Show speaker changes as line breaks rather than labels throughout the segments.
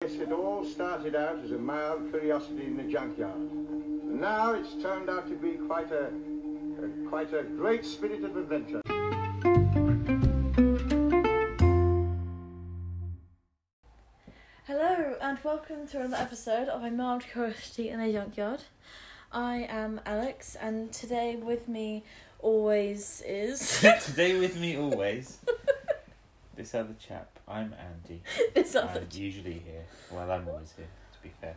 it all started out as a mild curiosity in the junkyard. And now it's turned out to be quite a, a quite a great spirit of adventure.
Hello and welcome to another episode of A Mild Curiosity in a Junkyard. I am Alex, and today with me always is
Today with me always, this other chap. I'm Andy.
this other.
I'm usually here. Well, I'm always here, to be fair.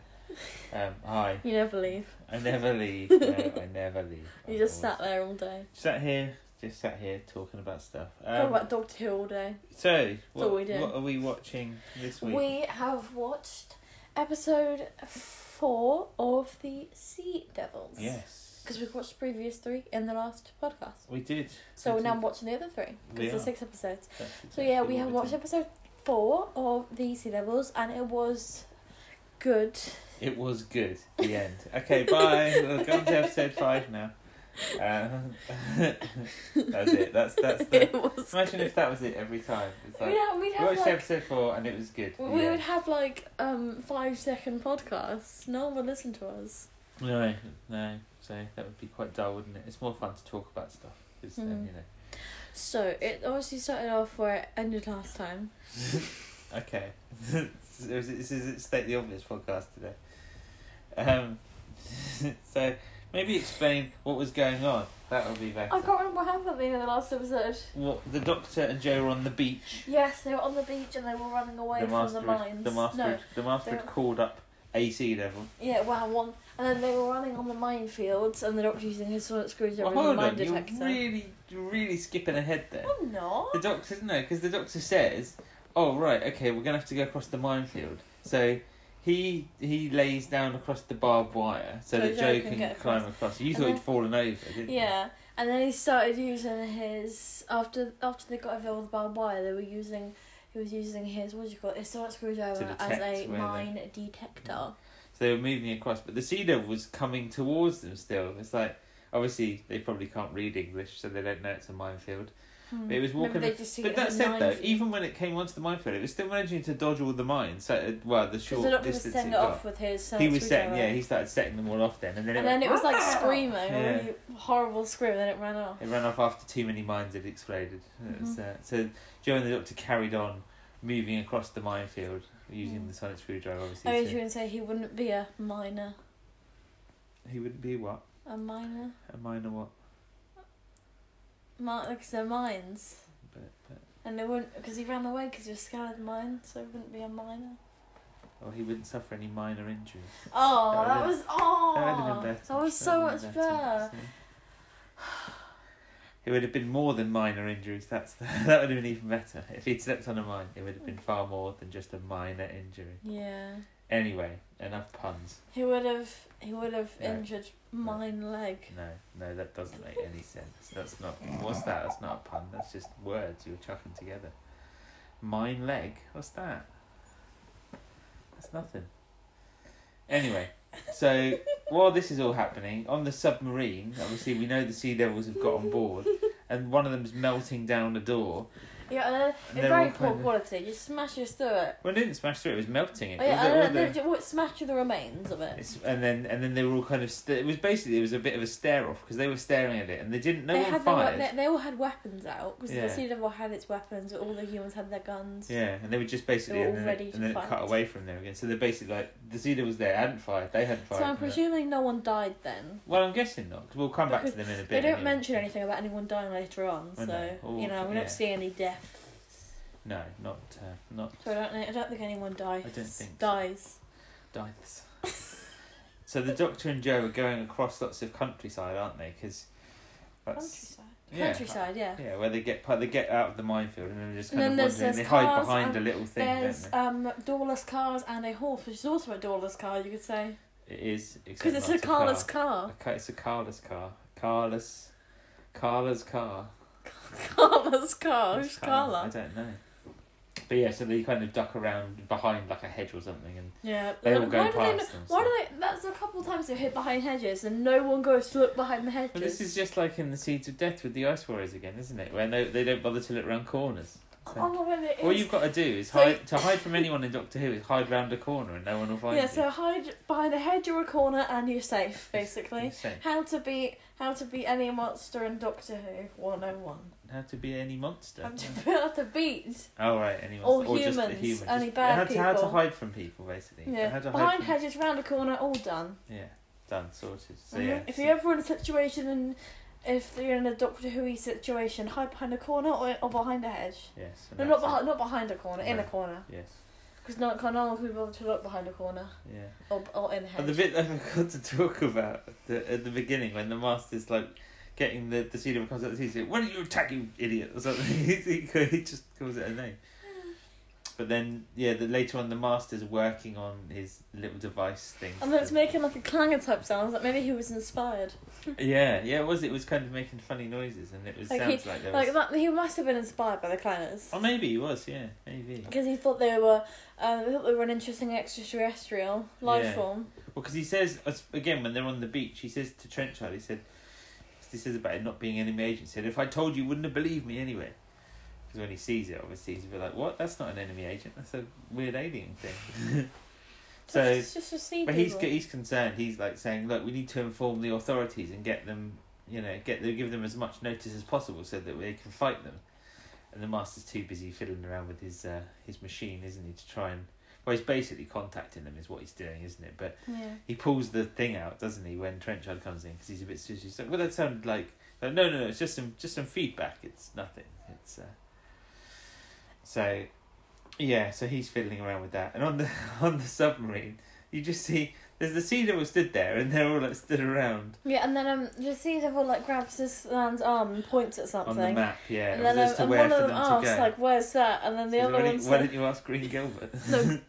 Um, hi.
You never leave.
I never leave. No, I never leave.
You
I'm
just
always-
sat there all day.
Sat here, just sat here talking about stuff.
Talk
Um,
about Doctor Who all day.
so, what,
all we do.
what are we watching this week?
We have watched episode four of the Sea Devils.
yes.
Because we've watched the previous three in the last podcast.
We did.
So
We
now
did.
I'm watching the other three.
We
Because there's
are.
six episodes.
That's
So
exactly
yeah, we
what
have watched
did.
episode four of the Sea Devils, and it was good.
It was good. The end. Okay, bye. We'll go on to episode five now. Um, that's it. That's that's the.
it was.
Imagine if that was it every time. It's
We'd
like,
have, we'd
we
have
watched
like
episode four and it was good.
we
Yeah.
would have like um five second podcasts. No one would listen to us.
No, no. So that would be quite dull, wouldn't it? It's more fun to talk about stuff. 'cause then,
Mm.
you know.
So it obviously started off where it ended last time.
Okay. this is this is State the Obvious podcast today. Um, so maybe explain what was going on. That would be better.
I can't remember what happened at the end of the last episode.
What, the Doctor and Joe were on the beach.
Yes, they were on the beach and they were running away
the
from
master,
the
had-
mines.
the master,
no,
had- the master
they
had
were-
called up AC level.
yeah, wow, one. And then they were running on the minefields, and the doctor using his sonic screwdriver
Well,
as a
hold
mine
on, you're
detector.
really, you're really skipping ahead there.
I'm not.
The doctor, no, because the doctor says, "Oh right, okay, we're gonna have to go across the minefield." So he he lays down across the barbed wire so, that Joe can,
get
climb across. You
And
thought
then-
he'd fallen over, didn't you?
Yeah, and then he started using his after after they got over the barbed wire. They were using he was using his what do you call it? His sonic screwdriver as
detect
a
where they-
mine detector.
So they were moving across, but the sea devil was coming towards them still. It's like obviously they probably can't read English, so they don't know it's a minefield. But it was walking.
Maybe they just see
but
it
that
as a
said, though,
minefield.
even when it came onto the minefield, it was still managing to dodge all the mines. So, uh, well, the
'Cause
short
the doctor was
distance
setting
it
it off
got.
with his
He
sonic
was setting,
screwdriver.
yeah, he started setting them all off then, and then
and
it went,
then it was like screaming,
Yeah.
really horrible scream, and then it ran off.
It ran off after too many mines had exploded. It was,
Mm-hmm.
uh, so Joe and the Doctor carried on moving across the minefield using
Mm. Oh,
the sonic screwdriver. Obviously,
I was
to-
going to say he wouldn't be a miner.
he wouldn't be what
A miner?
a miner what,
Mar- because they're mines.
but, but
And they wouldn't, because he ran away because he was scared of mines, so he wouldn't be a miner.
or he wouldn't suffer any minor injuries.
Oh,
That
that
would've-
was oh,
that would have been better.
that was so
would've
much
been
better.
so. It would have been more than minor injuries. That's the, that would have been even better. If he'd slept on a mine, it would have been far more than just a minor injury.
Yeah,
Anyway, enough puns.
he would have, he would have
No.
injured mine leg.
No, no, that doesn't make any sense. That's not. What's that? That's not a pun. That's just words you're chucking together. Mine leg. What's that? That's nothing. Anyway, so while this is all happening on the submarine, obviously we know the sea devils have got on board, and one of them's melting down the door.
Yeah, and then,
And
it's
they're
very
all
poor
kind of-
quality. You smash your through it.
Well, it didn't smash through. It was melting it.
Oh, yeah,
All the- all
and
the-
then, then what smash the remains of it?
It's, and then and then they were all kind of st- it was basically it was a bit of a stare off because they were staring at it and they didn't no
they
one
had their, we-
fired
they, they all had weapons out because
Yeah.
the sea devil had its weapons, but all the humans had their guns.
Yeah, and they were just basically
They were
and
all
then,
ready to
and then it
fight.
cut away from there again. So they're basically like the Zeta was there, hadn't fired, they hadn't
So
fired.
I'm
and they're-
presuming no one died then.
Well, I'm guessing not because we'll come back to
Because
them in a bit.
They don't
anyway.
mention anything about anyone dying later on, so
I know. All-
you know we
yeah.
don't see any deaths.
No, not uh, not
So I don't, know- I don't think anyone dies.
I don't think so.
dies.
Dithers. so the Doctor and Joe are going across lots of countryside, aren't they? Because that's
Countryside.
Yeah.
Countryside, yeah.
yeah, where they get they get out of the minefield and then just
And
kind
then
of
there's-
wandering. and They
there's
hide
cars
behind
and
a little thing.
There's
don't
um, doorless cars and a horse, which is also a doorless car, you could say.
they? It is
Because
except
it's
not
a carless
car.
car.
Okay, it's a carless car. Carless, carless car.
Carless car.
That's
Who's
Oh, Carla.
Carla?
I don't know. But yeah, so they kind of duck around behind like a hedge or something, and
Yeah.
they all
Look,
go
why
past
do they,
them.
not-
so-
Why do they? That's a couple times they hit behind hedges and no one goes to look behind the hedges.
Well, this is just like in the Seeds of Death with the Ice Warriors again, isn't it? Where no, they don't bother to look around corners.
Oh, really? It
All
was-
you've got to do is
So-
hide to hide from anyone in Doctor Who is hide round a corner and no one will find
yeah,
you.
so hide behind a hedge or a corner and you're safe, basically.
It's safe.
How to beat how to beat any monster in Doctor Who 101.
How to be any monster?
How to, how to beat
Oh right, any
Or
monster or, just the
humans,
human.
only
just-
bad
how, to, how to
people.
hide from people basically. How
yeah
to hide
behind
from-
hedges, round a corner, all done.
Yeah, done, sorted. So
Mhm.
yeah,
If
so-
you're ever in a situation and if you're in a Doctor Who situation, hide behind a corner or, or behind a hedge.
yes, and
No, not
that's it.
behind, not behind a corner, in a
No.
corner.
Yes,
Because no, no one can be bothered to look behind a corner
yeah.
or, or in a
And the
hedge.
bit that I forgot to talk about at the, at the beginning when the master's like getting the the student comes out, he's like, "Why don't you attack you idiot?" or something. he, he just calls it a name. But then, yeah, the, later on, the master's working on his little device thing.
And then it's
to-
Oh, making like a clangor type sound, like maybe he was inspired.
Yeah, yeah, it was. It was kind of making funny noises, and it was
Like
sounds like there
Like
was.
that, he must have been inspired by the clangors.
Oh, maybe he was. Yeah, maybe.
Because he thought they were, uh, they thought they were an interesting extraterrestrial life
Yeah.
form.
Well, because he says as- again when they're on the beach, he says to Trenchard, he said, 'cause "He says about it not being enemy agent." He said, "If I told you, you wouldn't have believed me anyway." Because when he sees it, obviously he's a bit like, "What? That's not an enemy agent. That's a weird alien thing."
So,
so,
it's just to see
but he's
people.
he's concerned. He's like saying, "Look, we need to inform the authorities and get them, you know, get them, give them as much notice as possible so that they can fight them." And the master's too busy fiddling around with his uh, his machine, isn't he, to try and. Well, he's basically contacting them, is what he's doing, isn't it? But
yeah.
he pulls the thing out, doesn't he, when Trenchard comes in because he's a bit suspicious. He's like, well, that sounded like, like no, no, no. It's just some, just some feedback. It's nothing. It's uh... so, yeah. So he's fiddling around with that, and on the on the submarine, you just see there's the sea devil stood there, and they're all like stood around
yeah, and then um, the sea devil like grabs this man's arm and points at something.
on the map. Yeah,
And
it was
then
as
um,
to
and
where
one
for
of
them
them
to
asks
go.
like, "Where's that?" And then the
So
other
why,
one
didn't, why
says,
didn't you ask Green Gilbert?
"No,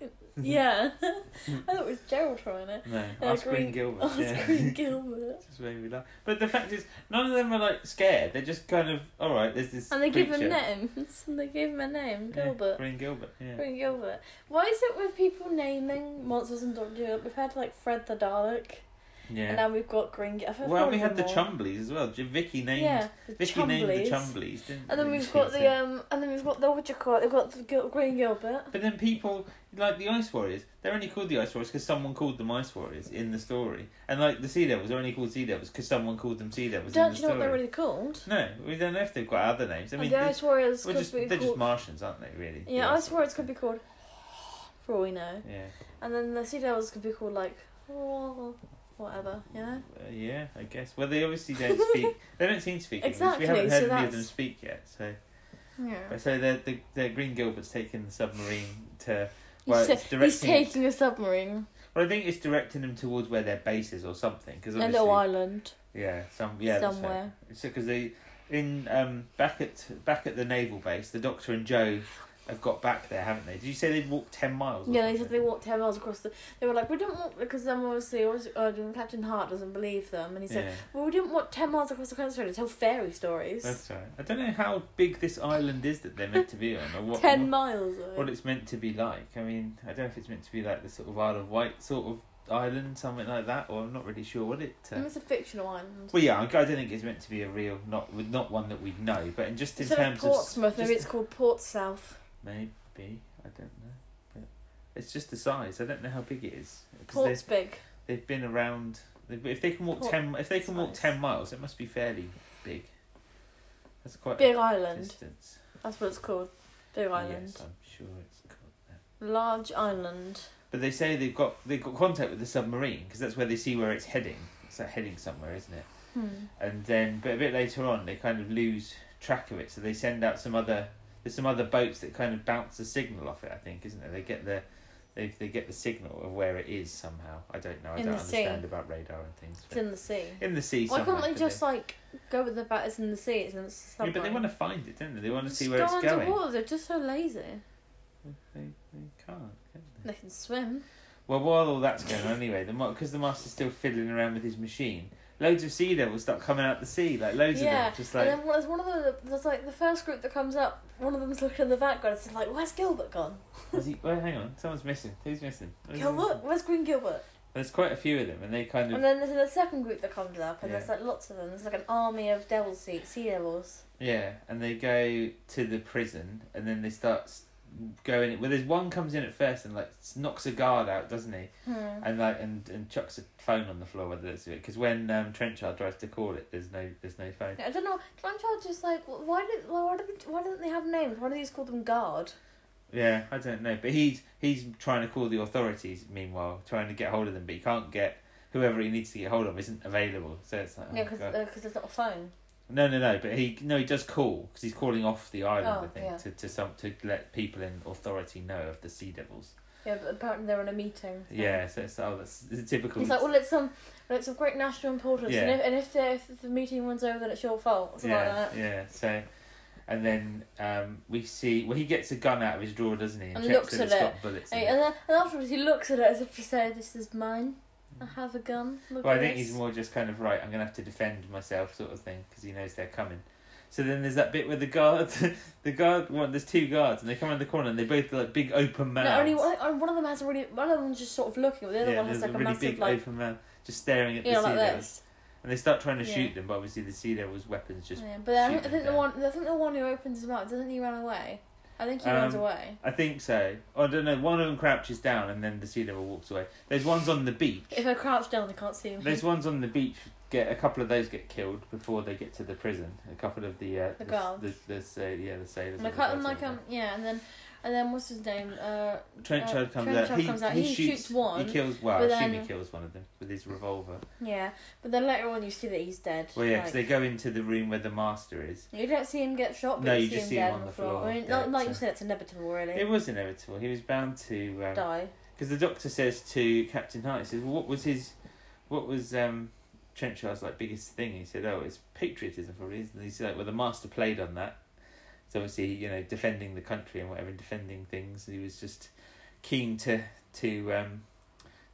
yeah." I thought it was Gerald trying it.
no,
Uh,
ask Green, Gilbert.
Ask
yeah.
Green Gilbert.
Just made me laugh. But the fact is, none of them are like scared. They're just kind of all right. There's this.
And they give
creature."
him names. And they gave him a name,
Yeah,
Gilbert.
Green Gilbert. Yeah.
Green Gilbert. Why is it with people naming monsters and Doctor Who? We've had like Fred the Dalek, and
Yeah.
now we've got Green. I've heard
Well,
of
we had the
more.
Chumblies as well. J- Vicky named.
Yeah, the
Vicky named the
Chumblies.
Chumblies, didn't
And then
we?
we've got
So-
the um, and then we've got the what do you call it? We've got the Gil- Green Gilbert.
But then people like the Ice Warriors. They're only called the Ice Warriors because someone called them Ice Warriors in the story. And like the Sea Devils are only called Sea Devils because someone called them Sea Devils in
Don't
the
you know what they're
story.
really called?
No, we don't know if they've got other names. I mean,
and the
they-
Ice Warriors
we're
could
just,
be
they're just
called.
Martians, aren't they? Really?
yeah, Ice Warriors could be called. For all we know,
Yeah.
and then the Sea Devils could be called like whatever, you know.
Uh, yeah, I guess. Well, they obviously don't speak. they don't seem to speak English.
Exactly,
We haven't
so
heard any of them
that's-
speak yet. So,
Yeah.
so the the, the Green Gilbert's taking the submarine to.
He's,
Well,
ta-
it's directing.
he's taking a submarine
Well, I think it's directing them towards where their base is or something. Cause
in a
obviously,
little island
Yeah, some yeah that's right.
somewhere.
So because they in um back at back at the naval base, the Doctor and Joe have got back there, haven't they? Did you say they'd walked ten miles? or
Yeah, they said
something?
they walked ten miles across the. They were like, we didn't walk because then obviously obviously, uh, Captain Hart doesn't believe them, and he said,
Yeah,
well, we didn't walk ten miles across the country to tell fairy stories.
that's right. I don't know how big this island is that they're meant to be on, or what
ten
what,
miles. Away.
what it's meant to be like. I mean, I don't know if it's meant to be like the sort of Isle of Wight sort of island, something like that, or I'm not really sure what it. Uh,
And it's a fictional island.
well, yeah, I don't think it's meant to be a real, not with not one that we'd know, but in just in
Instead of
terms
Portsmouth,
of
maybe it's called Port South.
Maybe I don't know, but it's just the size. I don't know how big it is. 'Cause
Port's big.
They've, they've been around. They've, if they can walk
Port
ten, if they can walk
size.
ten miles, it must be fairly big. That's quite
Big
a
Island.
distance.
That's what it's called. Big Island.
Yes, I'm sure it's called that.
Large Island.
But they say they've got they've got contact with the submarine because that's where they see where it's heading. It's like heading somewhere, isn't it?
Hmm.
and then but a bit later on they kind of lose track of it so they send out some other there's some other boats that kind of bounce the signal off it i think isn't there they get the they, they get the signal of where it is somehow i don't know i
In
don't
the sea.
understand about radar and things
It's
but
in the sea.
in the sea
Why
somehow,
can't they
but
just like go with the bat? It's in the sea. It's in the
yeah,
submarine.
but they want to find it don't they they want to
Just
see where it's
go
going
underwater. They're just so lazy.
they, they can't can they?
They can swim.
Well, while all that's going on, anyway, the because the master's still fiddling around with his machine, loads of sea devils start coming out the sea, like loads
yeah,
of them, just like
and then there's one of the there's like the first group that comes up. One of them's looking in the background. It's like, where's Gilbert gone?
is he, well, hang on, someone's missing. Who's missing? Who's missing?
Gilbert, where's Green Gilbert?
There's quite a few of them, and they kind
And
of
then there's a second group that comes up, and
Yeah.
there's like lots of them. There's like an army of devil sea, sea devils.
yeah, and they go to the prison, and then they start s- going. Well, there's one comes in at first and like s- knocks a guard out, doesn't he?
Hmm.
And like and, and chucks a phone on the floor. Whether it's because when um, Trenchard tries to call it, there's no there's no phone.
I don't know. Clanchard just like wh- why did why why, did, why don't they have names? Why do these call them guard?
Yeah, I don't know, but he's he's trying to call the authorities. Meanwhile, trying to get hold of them, but he can't get whoever he needs to get hold of isn't available. So it's like, oh,
yeah, because
God.
there's not a phone.
no, no, no. But he no, he does call because he's calling off the island.
Oh,
I think
yeah.
to to some to let people in authority know of the sea devils.
Yeah, but apparently they're in a meeting. so-
Yeah, so it's oh, that's it's a typical.
He's like, well, it's um, well, it's of great national importance, and
Yeah.
if and if the, if the meeting runs over, then it's your fault. Something
yeah,
like that.
yeah. So, and then um, we see well, he gets a gun out of his drawer, doesn't he?
And
checks
looks
that
at
it's
it.
got bullets. in
And,
it.
and, then, and afterwards, he looks at it as if to say, "This is mine. I have a gun." Look
Well, I
at
think
this."
he's more just kind of right. I'm gonna have to defend myself, sort of thing, because he knows they're coming. So then there's that bit where the guard, the guard, one, there's two guards, and they come around the corner, and they both like big open mouths.
No, only one, and one of them has a really. One of them's just sort of looking, but the other
yeah,
one has like
there's
a,
a really
massive
big
like,
open mouth, just staring at
you
the
know,
sea
like
devils,
this.
and they start trying to
Yeah.
shoot them, but obviously the sea devils' weapons just.
Yeah, but then I
shoot
think, I
them
think the
down.
one, I think the one who opens his mouth doesn't he run away? I think he runs
Um,
away.
I think so. Oh, I don't know. One of them crouches down, and then the sea devil walks away. There's ones on the beach.
If I crouch down, I can't see him.
There's ones on the beach. Get a couple of those get killed before they get to the prison. A couple of the uh,
The
the,
guards.
the, the, sa- yeah the sailors.
And I
or the
cut them
guards or
like
whatever.
um yeah, and then and then what's his name? Uh,
Trenchard
Uh,
comes out.
Trenchard
He,
comes out.
He,
He
shoots,
shoots one,
He kills. Well, I
but
assume
then-
he kills one of them with his revolver.
yeah, but then later on you see that he's dead.
Well, yeah,
like-
'cause they go into the room where the master is.
You don't see him get shot, but
No,
you,
you
see
just
him
see him
dead
on
on
the
the floor.
floor,
I mean,
yeah,
like, like you
so-
said, it's inevitable, really.
It was inevitable. He was bound to. Because
Die.
the doctor says to Captain Hart, he says, well, "What was his? What was um, Trenchard's like biggest thing?" He said, "Oh, it's patriotism, probably." And he's like, "Well, the master played on that. So obviously, you know, defending the country and whatever, defending things. He was just keen to to um,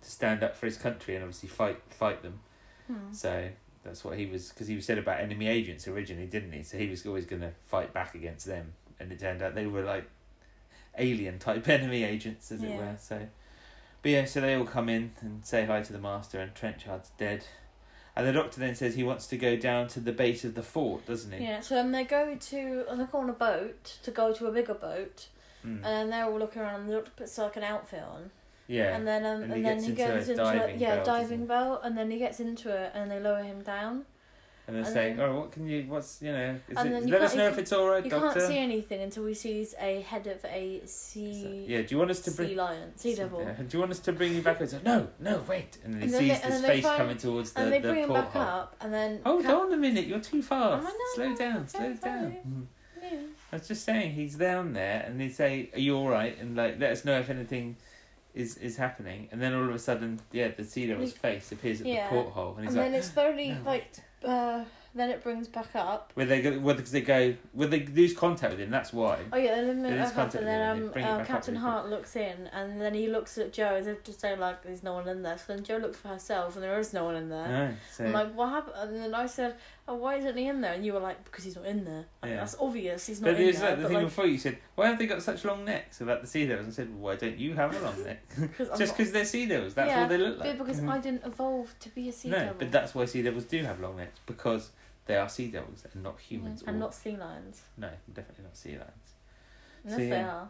to stand up for his country and obviously fight fight them."
Hmm.
So that's what he was because he said about enemy agents originally, didn't he? So he was always going to fight back against them, and it turned out they were like alien type enemy agents, as it
Yeah.
were. So, but yeah, so they all come in and say hi to the master, and Trenchard's dead, and the doctor then says he wants to go down to the base of the fort, doesn't he?
Yeah, so um, they go to, and they go on a boat to go to a bigger boat,
Mm.
and they're all looking around, and the doctor puts like an outfit on,
yeah.
and then um,
And
and,
he
then
gets
he
into a
goes into, a,
diving
yeah
bell, doesn't
diving
he?
bell, and then he gets into it, and they lower him down.
and they're
and
saying,
then-
"Oh, what can you? What's you know? Is
And
it,
then you
let us
can't-
know
you
if
can-
it's all right,
You
doctor."
can't see anything until he sees a head of a
So-
sea
yeah. Do you want us to bring?
sea lion, sea devil.
Yeah. Do you want us to bring you back? I said, no, no, wait. And then he
And then
sees
they-
this
and then they
face
find-
coming towards the,
and they
the Oh,
bring him back
porthole.
up, and then
Hold
Cap-
on a minute, you're too
Oh,
fast.
I know,
slow
no,
down,
okay,
slow down.
sorry.
Mhm.
Yeah.
I was just saying, he's down there and they say, are you alright? And like, let us know if anything is is happening. And then all of a sudden, yeah, the sea devil's face appears at
Yeah.
the porthole. And he's
and
like,
then it's slowly
no,
like
wait.
uh, then it brings back up.
Where they go, where they, 'cause they go, where they lose contact with him, that's why.
Oh yeah, then it
It is
back up,
contact
and then
with it,
um,
bring it back
uh,
up
Captain
really quick.
Hart looks in, and then he looks at Joe as if to say like, "There's no one in there." So then Joe looks for herself, and there is no one in there.
No, so,
I'm like, what happened? And then I said, "Oh, why isn't he in there?" And you were like, "Because he's not in there. I mean,
Yeah.
that's obvious. He's not
but
in
there's
there."
like the
but
thing
like,
before you said, why have they got such long necks about the sea devils? And I said, why don't you have a long neck?
because I'm
Just
not-
because they're sea devils, that's
Yeah,
what they look like.
but because
Mhm.
I didn't evolve to be a sea
no,
devil.
but that's why sea devils do have long necks because they are sea devils and not humans.
and
or-
not sea lions,
no, definitely not sea lions.
unless
See,
they
yeah.
are.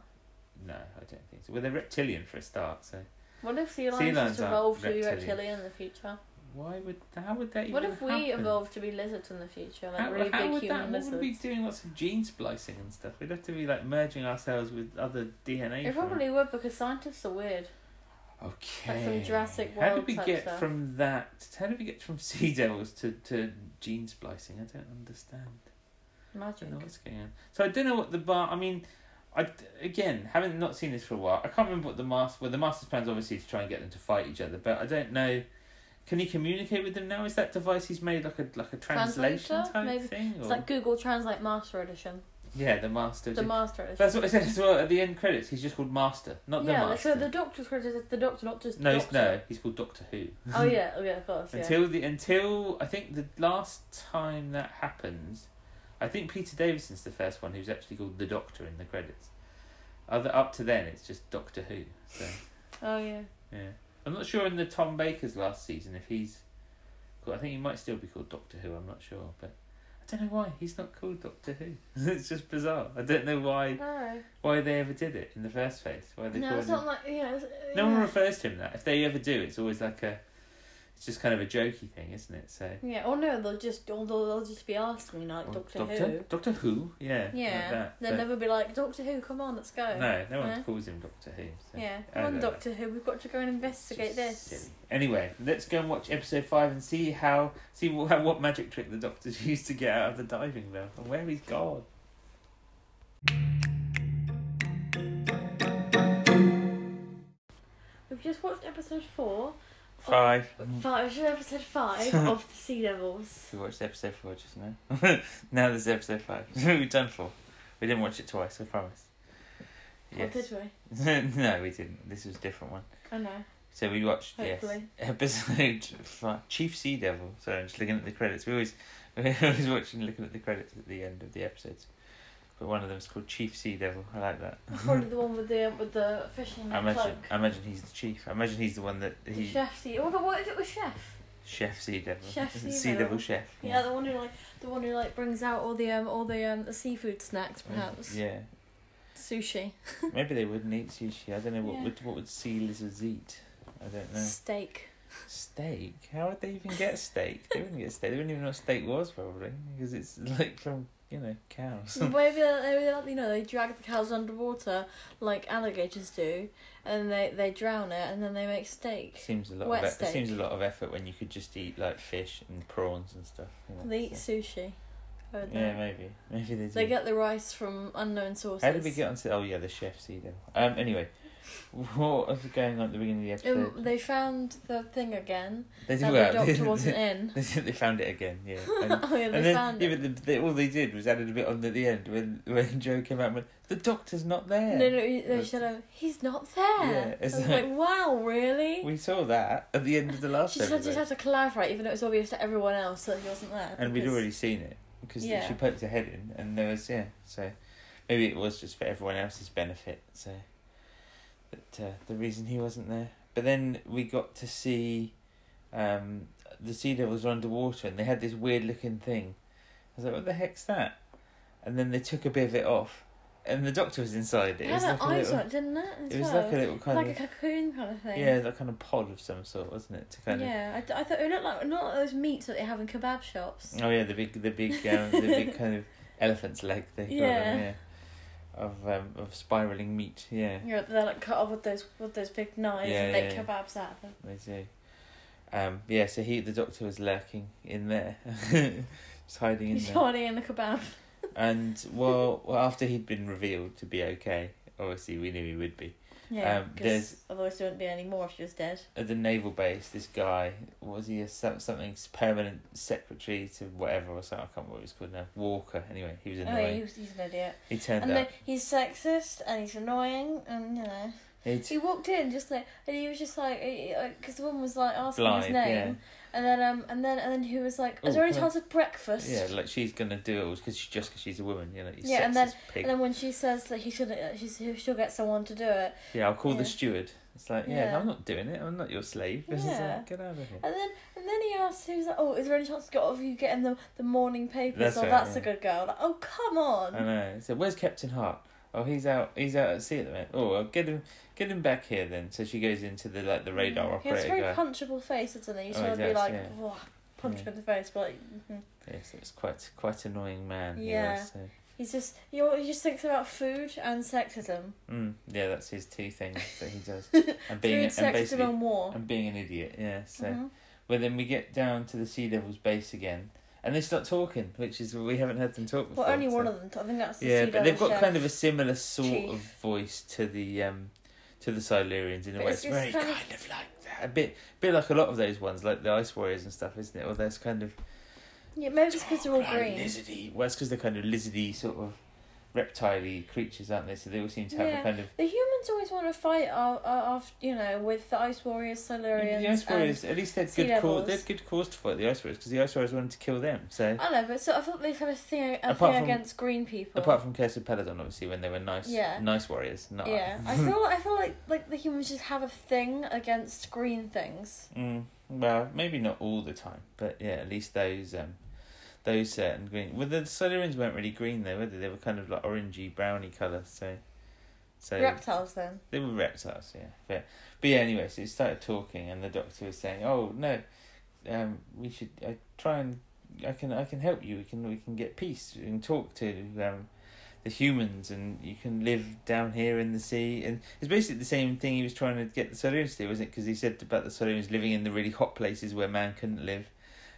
No, I don't think so. Well, they're reptilian for a start, so
What if sea lions,
lions
just
aren't
evolved to be
reptilian.
reptilian in the future?
why would how would that?
What
even
if we
happen?
evolved to be lizards in the future, like
How,
really
how
big
would
human
that? What would we
lizards?
be doing? Lots of gene splicing and stuff. We'd have to be like merging ourselves with other DNA.
It
from-
probably would because scientists are weird.
Okay.
Jurassic
How
World
did we
type
get
stuff.
from that? How did we get from sea devils to, to gene splicing? I don't understand.
Magic.
don't know what's going on. So I don't know what the bar. I mean, I again haven't not seen this for a while. I can't remember what the master. Well, the master's plan's obviously to try and get them to fight each other, but I don't know. Can he communicate with them now? Is that device he's made like a like a translation
Translator?
type
Maybe.
thing? Or?
It's like Google Translate Master Edition.
yeah, the master.
The Master Edition.
That's what it says as well at the end credits. He's just called master, not
yeah,
the master.
so the doctor's credited as the doctor, not just
no, he's, no,
doctor.
he's called Doctor Who.
Oh yeah, oh yeah, of course. Yeah.
Until the until I think the last time that happens, I think Peter Davison's the first one who's actually called the Doctor in the credits. Other up to then, it's just Doctor Who. So
oh yeah.
yeah, I'm not sure in the Tom Baker's last season if he's. Called, I think he might still be called Doctor Who. I'm not sure, but I don't know why he's not called Doctor Who. it's just bizarre. I don't know why
No.
why they ever did it in the first place. Why they
No,
called
it's
him-
not like yeah. It's,
No one
yeah.
refers to him that. If they ever do, it's always like a. It's just kind of a jokey thing, isn't it? So.
Yeah, or no, they'll just or they'll, they'll just be asking like
Well,
Doctor,
Doctor
Who.
Doctor Who? Yeah.
Yeah,
Like that.
they'll
But
never be like Doctor Who. Come on, let's go.
no, no one
No.
calls him Doctor Who. So.
Yeah,
I
come on,
don't know.
Doctor Who. We've got to go and investigate
Just
this.
silly. Anyway, let's go and watch episode five and see how see what, how, what magic trick the doctors used to get out of the diving bell and where he's gone.
We've just watched episode four.
Five.
Five, which is episode five of the Sea Devils.
We watched episode four just now. now there's episode five. We've done four. We didn't watch it twice. I promise.
What Oh, did
Yes.
we?
no, we didn't. This was a different one.
I know.
So we watched yes,
Hopefully.
episode five, Chief Sea Devil. Sorry, I'm just looking at the credits. We always we always watching looking at the credits at the end of the episodes. But one of them's called Chief Sea Devil. I like that.
It's probably the one with the with the fishing
I imagine
cloak.
I imagine he's the chief. I imagine he's the one that
The
he
chef sea. What, what if it was chef?
Chef Sea Devil.
Chef Sea
Devil.
Devil.
Chef.
Yeah, the one who like the one who like brings out all the um all the um the seafood snacks perhaps.
Mm, Yeah.
Sushi,
Maybe they wouldn't eat sushi. I don't know what
Yeah.
would what would sea lizards eat. I don't know.
steak.
Steak? How would they even get steak? They wouldn't get steak. They wouldn't even know what steak was probably because it's like from you know cows.
Maybe they, you know they drag the cows underwater like alligators do, and they they drown it and then they make steak.
Seems a lot.
Wet
of e- it
steak.
seems a lot of effort when you could just eat like fish and prawns and stuff. you know,
They eat
so-
sushi. I would
Yeah,
know.
maybe, maybe they do.
They get the rice from unknown sources.
How did we get onto? Oh yeah, the chef's either. Um. Anyway, what was going on at the beginning of the
Um,
episode?
they found the thing again
they
that
well,
the doctor wasn't
they,
in.
they, they found it again. Yeah. And,
oh yeah, they
and then
found
yeah,
it.
but the, they, all they did was added a bit on at the end when when Joe came out and went, "The doctor's not there."
No, no, he- they
But-
said, um, he's not there.
Yeah, it's
I was
like-
like, wow, really?
We saw that at the end of the last
she just had,
episode,
just had to clarify, even though it was obvious to everyone else that he wasn't there.
and we'd
because-
already seen it because
Yeah.
she poked her head in, and there was yeah. So maybe it was just for everyone else's benefit. So that uh, the reason he wasn't there, but then we got to see um, the sea devils were underwater, and they had this weird looking thing. I was like, "What the heck's that?" And then they took a bit of it off, and the doctor was inside it.
It
It was
had
like
an
a
eyes on
little,
it, didn't it? as
it was
well?
like a little kind
like
of
a cocoon kind of thing.
yeah, like kind of pod of some sort, wasn't it? To kind of
yeah, I, d- I thought it looked like not like those meats that they have in kebab shops.
Oh yeah, the big, the big, um, the big kind of elephant's leg thing.
Yeah.
Yeah. Of um, of spiraling meat. Yeah,
You know, they're like cut off with those with those big knives
Yeah,
and
yeah,
make
yeah.
kebabs out of them.
they do. Um, yeah, so he, the doctor, was lurking in there, just hiding in
He's
there.
hardly in the kebab.
And well, well, after he'd been revealed to be okay, obviously we knew he would be.
Yeah,
Um,
because
there's-
otherwise there wouldn't be any more if she was dead.
At the naval base, this guy was he a some, something permanent secretary to whatever or something. I can't remember what he was called now. Walker. Anyway, he was
Oh, yeah,
annoying. uh,
he was, he's an idiot.
He turned
And
up.
then he's sexist and he's annoying and you know.
He
He walked in just like, and he was just like, because the woman was like asking his
Blind,
name,
yeah.
and then um, and then and then he was like,
Oh,
"Is there any
can I-
chance of breakfast?"
Yeah, like she's gonna do it all because she just because she's a woman, you know. You
Yeah, and
sexist pig.
and then when she says that he should, uh, she's, she'll get someone to do it,
yeah, I'll call
yeah.
the steward. It's like, yeah,
Yeah.
I'm not doing it. I'm not your slave. It's just
Yeah.
like, get out of here.
and then and then he asks, "Who's like, oh, is there any chance of got- of you getting the the morning papers?"
That's
or
right,
that's a
yeah.
good girl. Like, oh come
I
on.
know. So where's Captain Hart? Oh, he's out. He's out at sea at the minute. Oh, well, get him, get him back here then. So she goes into the like the radar
He has a
operator
Mm, very
guy.
punchable face, doesn't he? You
Oh,
should
he
be
does,
like,
yeah.
"Whoa," punch
Yeah.
him in the face, but like, mhm.
yes, it's quite quite annoying man. he was,
Yeah.
so-
he's just he al- he just thinks about food and sexism,
Mm, yeah, that's his two things that he does. And
food,
being and
sexism,
basically
and war.
and being an idiot. Yeah. So.
Mhm.
Well, then we get down to the Sea Devils base again, and they start talking, which is we haven't heard them talk before.
Well, only one
so-
of them. I think that's the
Yeah,
sea
but they've
devil
got
chef.
kind of a similar sort
Chief.
of voice to the um, to the Silurians in a
But
way.
it's
It's,
just
very
kind
kind
of-
of, like that, a bit, bit like a lot of those ones, like the Ice Warriors and stuff, isn't it? Or there's kind of Oh,
Yeah, maybe it's because they're all
like
green.
lizardy. Well, it's because they're kind of lizardy sort of reptile creatures, aren't they? So they all seem to have
Yeah.
a kind of.
The humans always want to fight, uh, uh, af- you know, with the Ice Warriors, Silurians.
The Ice
and-
Warriors, at least they had
sea
good cause. They
levels.
had good cause to fight the Ice Warriors because the Ice Warriors wanted to kill them. So
I know, but so I thought they had a thing, a thing
Apart from-
against green people.
apart from Curse of Peladon, obviously, when they were nice,
Yeah.
nice warriors, not
yeah, I feel I feel like like the humans just have a thing against green things.
Mm, well, maybe not all the time, but yeah, at least those um, those certain green. Well, the Silurians weren't really green though, were they? They were kind of like orangey, browny colour. So, so
Reptiles, then.
they were reptiles, yeah. But but yeah, anyway, so he started talking, and the doctor was saying, "Oh no, um, we should I try and I can I can help you. We can we can get peace and talk to um, the humans, and you can live down here in the sea." And it's basically the same thing he was trying to get the Solarians to, do, wasn't it? Because he said about the Solarians living in the really hot places where man couldn't live.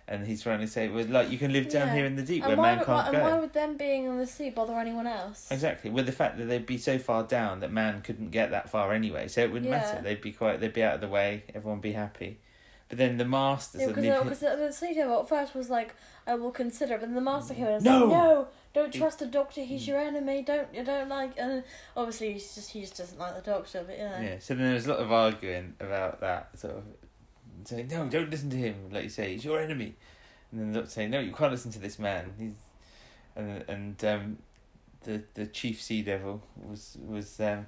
And he's trying to say, well, like you can live down
Yeah.
here in the deep where
And why,
man
would,
can't
why,
go.
and why would them being on the sea bother anyone else?
Exactly, with the fact that they'd be so far down that man couldn't get that far anyway, so it wouldn't
Yeah.
matter. They'd be quite, they'd be out of the way. Everyone would be happy, but then the master
Yeah,
suddenly,
because the, uh, the sea devil at first was like, I will consider, but then the master came in and
Mm. No!
said, No, don't
He- Mm.
trust the doctor. He's your enemy. Don't you don't like? And obviously, he's just he just doesn't like the doctor. But you know,
yeah. So then there was a lot of arguing about that, sort of saying, "No, don't listen to him." Like you say, he's your enemy, and then the doctor saying, "No, you can't listen to this man." He's and and um, the the chief sea devil was was um,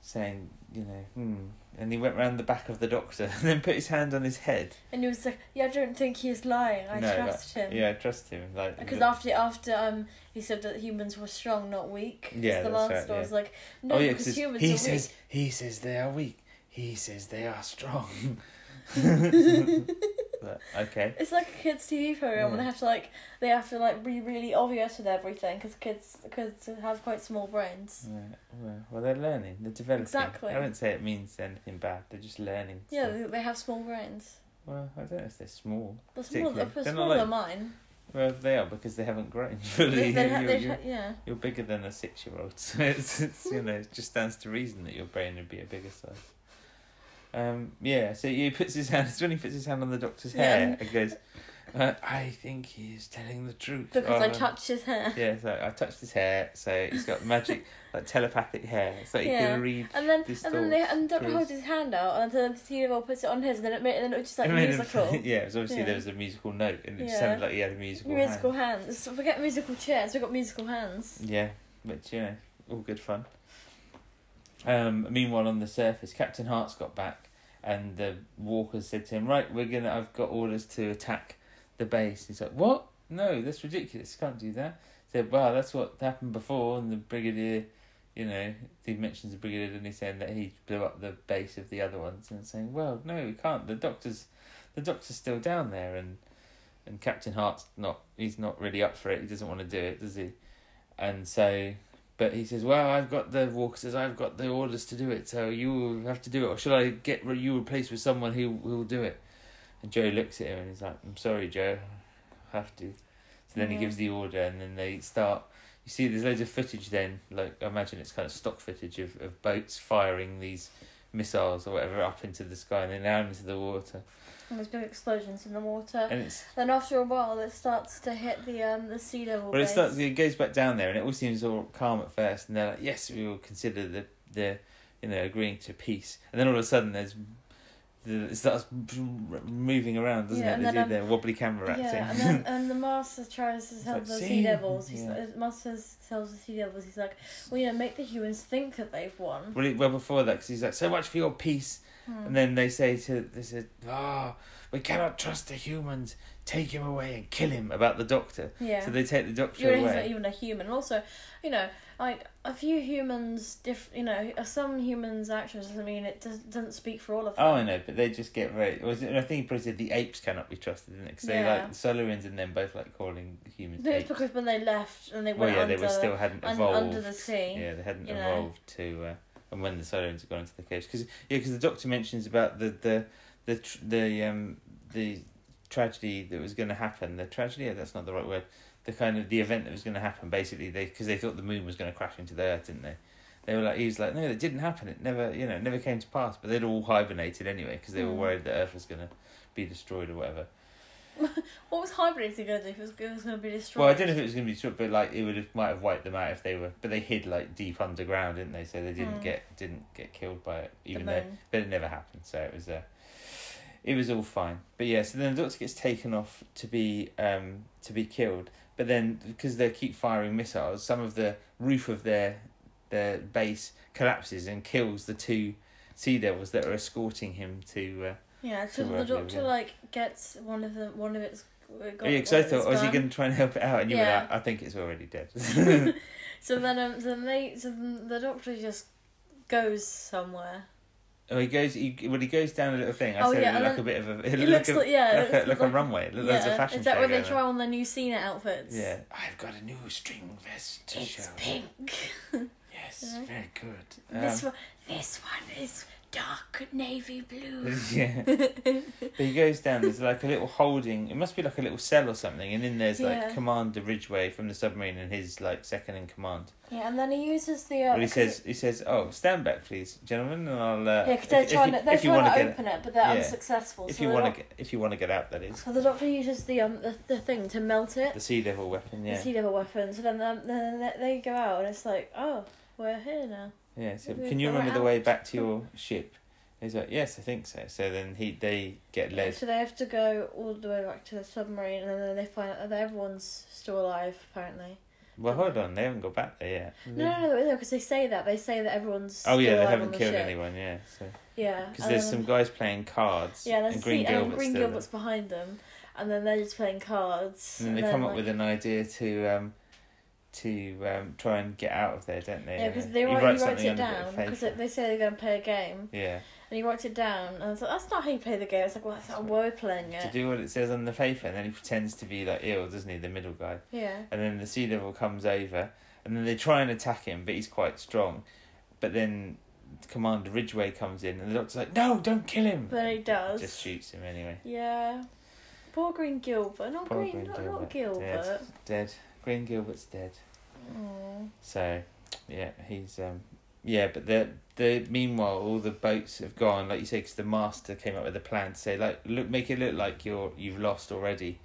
saying, you know, hmm, and he went round the back of the doctor and then put his hand on his head.
and he was like, Yeah, I don't think he's lying. I
No,
trust him.
Yeah, trust him. Like
Because
the-
after after um he said that humans were strong, not weak.
Yeah,
It's the
that's
last one.
right,
I
Oh, yeah.
was like, No, because
'cause it's-
humans
he
are
says
weak.
he says they are weak. He says they are strong. But, okay.
It's like a kids' TV program, and
Yeah.
they have to like they have to like be really obvious with everything because kids kids have quite small brains.
Yeah, well, well, they're learning. They're developing.
Exactly.
I wouldn't say it means anything bad. They're just learning.
Yeah,
stuff.
they, they have small brains.
Well, I don't know if they're small.
They're smaller,
Particularly.
they're
They're not
smaller
like-
than mine.
Well, they are because they haven't grown.
They,
Really,
they, ha-
you're,
they,
you're,
ha- yeah.
you're bigger than a six-year-old, so it's, it's you know it just stands to reason that your brain would be a bigger size. Um. Yeah. So he puts his hand. It's when he puts his hand on the doctor's
Yeah,
hair
and-
and goes, uh, "I think he is telling the truth."
Because I
Oh.
touched his hair.
Yeah, so I touched his hair, so he's got magic, like telepathic hair, so he
Yeah.
can read.
And then,
These
and then they,
thoughts
and the doctor
through
holds
his-
his hand out, and then the teenager puts it on his, and then it made, and then it was just like
It made him-
musical,
yeah, it was obviously
Yeah.
there was a musical note, and it
Yeah.
sounded like he had a musical. hand.
musical hands. Forget musical chairs, we got musical hands.
Yeah, but you know, eh? all good fun. Um, meanwhile, on the surface, Captain Hart's got back, and the walkers said to him, "Right, we're gonna. I've got orders to attack the base." He's like, "What? No, that's ridiculous. Can't do that." He said, "Well, that's what happened before." And the brigadier, you know, he mentions the brigadier, and he's saying that he blew up the base of the other ones, and saying, "Well, no, we can't. The doctor's, the doctor's still down there, and and Captain Hart's not. He's not really up for it. He doesn't want to do it, does he?" And so, but he says, "Well, I've got the walker says I've got the orders to do it, so you will have to do it, or should I get re- you replaced with someone who who will do it?" And Joe looks at him and he's like, "I'm sorry, Joe, I have to." So then
Yeah.
he gives the order, and then they start. You see, there's loads of footage. Then, like, I imagine it's kind of stock footage of of boats firing these missiles or whatever up into the sky and then down into the water,
And there's big explosions in the water.
and it's
Then after a while, it starts to hit the um the sea level.
Well, it
base.
starts. It goes back down there, and it all seems all calm at first, and they're like, "Yes, we will consider the the, you know, agreeing to peace." And then all of a sudden, there's the, it starts moving around, doesn't
Yeah,
it?
and
They
then,
do
um,
their wobbly camera acting.
Yeah, and then and the master tries to tell
like,
the sea
"See?"
devils. He's
Yeah.
the master tells the sea devils. He's like, well, you know, make the humans think that they've won. Hmm.
well, he- well, before that, because he's like, "So much for your peace," and then they say to they said, "Ah, we cannot trust the humans. Take him away and kill him." About the doctor,
Yeah.
so they take the doctor
you know, he's
away.
not even a human. Also, you know, like a few humans, diff- you know, some humans' actions doesn't mean it does- doesn't speak for all of them.
Oh, I know, but they just get very. Was it, I think he probably said the apes cannot be trusted, didn't it? 'Cause they
Yeah.
like the Solarians and them both like calling humans
But it's
apes.
because when they left and they
well,
went
yeah,
under,
they were still hadn't
un-
evolved.
under the sea.
yeah, they hadn't
you know.
evolved to. Uh, and when the Solarians had gone into the cage, because yeah, because the Doctor mentions about the the the tr- the um the tragedy that was going to happen. The tragedy, yeah, that's not the right word. The kind of the event that was going to happen. Basically, they because they thought the moon was going to crash into the Earth, didn't they? They were like, he was like, no, that didn't happen. It never, you know, it never came to pass. But they'd all hibernated anyway because they were
Mm.
worried the Earth was going to be destroyed or whatever.
What was hibernating going to do if it was, it was going to be destroyed?
Well, I don't know if it was going to be short, but like it would have might have wiped them out if they were. But they hid like deep underground, didn't they? So they didn't
Mm.
get didn't get killed by it,
The
even though
moon.
but it never happened. So it was uh, it was all fine. But yeah, so then the Doctor gets taken off to be um to be killed. But then because they keep firing missiles, some of the roof of their their base collapses and kills the two sea devils that are escorting him to. Uh,
Yeah, so
Too
the
early,
doctor
yeah.
like gets one of the one of its. uh, Got,
yeah, because I thought, oh, is he going to try and help it out? And you
Yeah.
were like, I think it's already dead.
gonna? so then, um, then they, so then the doctor just goes somewhere.
Oh, he goes. He, when he goes down a little thing, I
Oh,
said
yeah,
it
and
looked like a
then-
bit of a.
It,
It,
looks
looked like,
like yeah,
a,
it
like,
looks
a, like a runway. It looked like there's a fashion
Is that
show
where they
going
try
on.
on their new Cena outfits?
Yeah, I've got a new string vest to
it's
show.
pink.
Yes,
Yeah.
very good.
this
Um,
one, this one is dark navy blue.
Um, yeah, but he goes down. There's like a little holding. It must be like a little cell or something, and in there's like
Yeah.
Commander Ridgeway from the submarine and his like second in command.
yeah, and then he uses the.
But
Uh,
he says, he says, "Oh, stand back, please, gentlemen, and I'll." Uh,
Yeah, because they're
if, if
trying
you,
to they're
if you
trying
wanna
to
get,
open it, but they're
yeah.
unsuccessful.
If
so
you
they're
want
not-
to get, if you want to get out, that is
So the doctor uses the um the, the thing to melt it.
the sea devil weapon.
the
Yeah.
sea devil weapon. So then, um, then they- they go out, and it's like, oh, we're here now.
Yeah, so
Maybe
can
we
you
go
remember the
out.
way back to your ship? He's like, yes, I think so. So then he they get led.
So they have to go all the way back to the submarine, and then they find out that everyone's still alive, apparently.
Well, hold on, they haven't got back there yet.
No, no, no, no, because they say that. They say that everyone's.
Mm. Oh yeah,
still
they
alive
haven't
on the
killed
ship.
anyone. Yeah, so
Yeah.
because
and
there's
then-
some guys playing cards.
Yeah, there's
and
a sea-
Green
and then
Gilbert's
Green
still there.
Gilbert's behind them, and then they're just playing cards.
And then they come up
like-
with an idea to um, to um, try and get out of there, don't they?
Yeah,
And
because
then
they
he
write,
writes
he writes
something
it
on a bit
down
of
because
paper.
they say they're going to play a game,
Yeah,
and he writes it down, and I was like, that's not how you play the game. It's like, well, that's not how we're playing
to
it.
do what it says on the paper, and then he pretends to be like ill, doesn't he? The middle guy.
Yeah.
and then the sea devil comes over, and then they try and attack him, but he's quite strong. But then Commander Ridgeway comes in, and the doctor's like, "No, don't kill him."
But he does.
Mm. Just shoots him anyway.
Yeah. Poor Green Gilbert. Not
Poor
Green,
Green
not, not
Gilbert. Yes.
Gilbert.
Dead. Green Gilbert's dead.
Aw.
So, yeah, he's um, yeah. But the the meanwhile, all the boats have gone, like you say, because the master came up with a plan to say, like, look, make it look like you're you've lost already.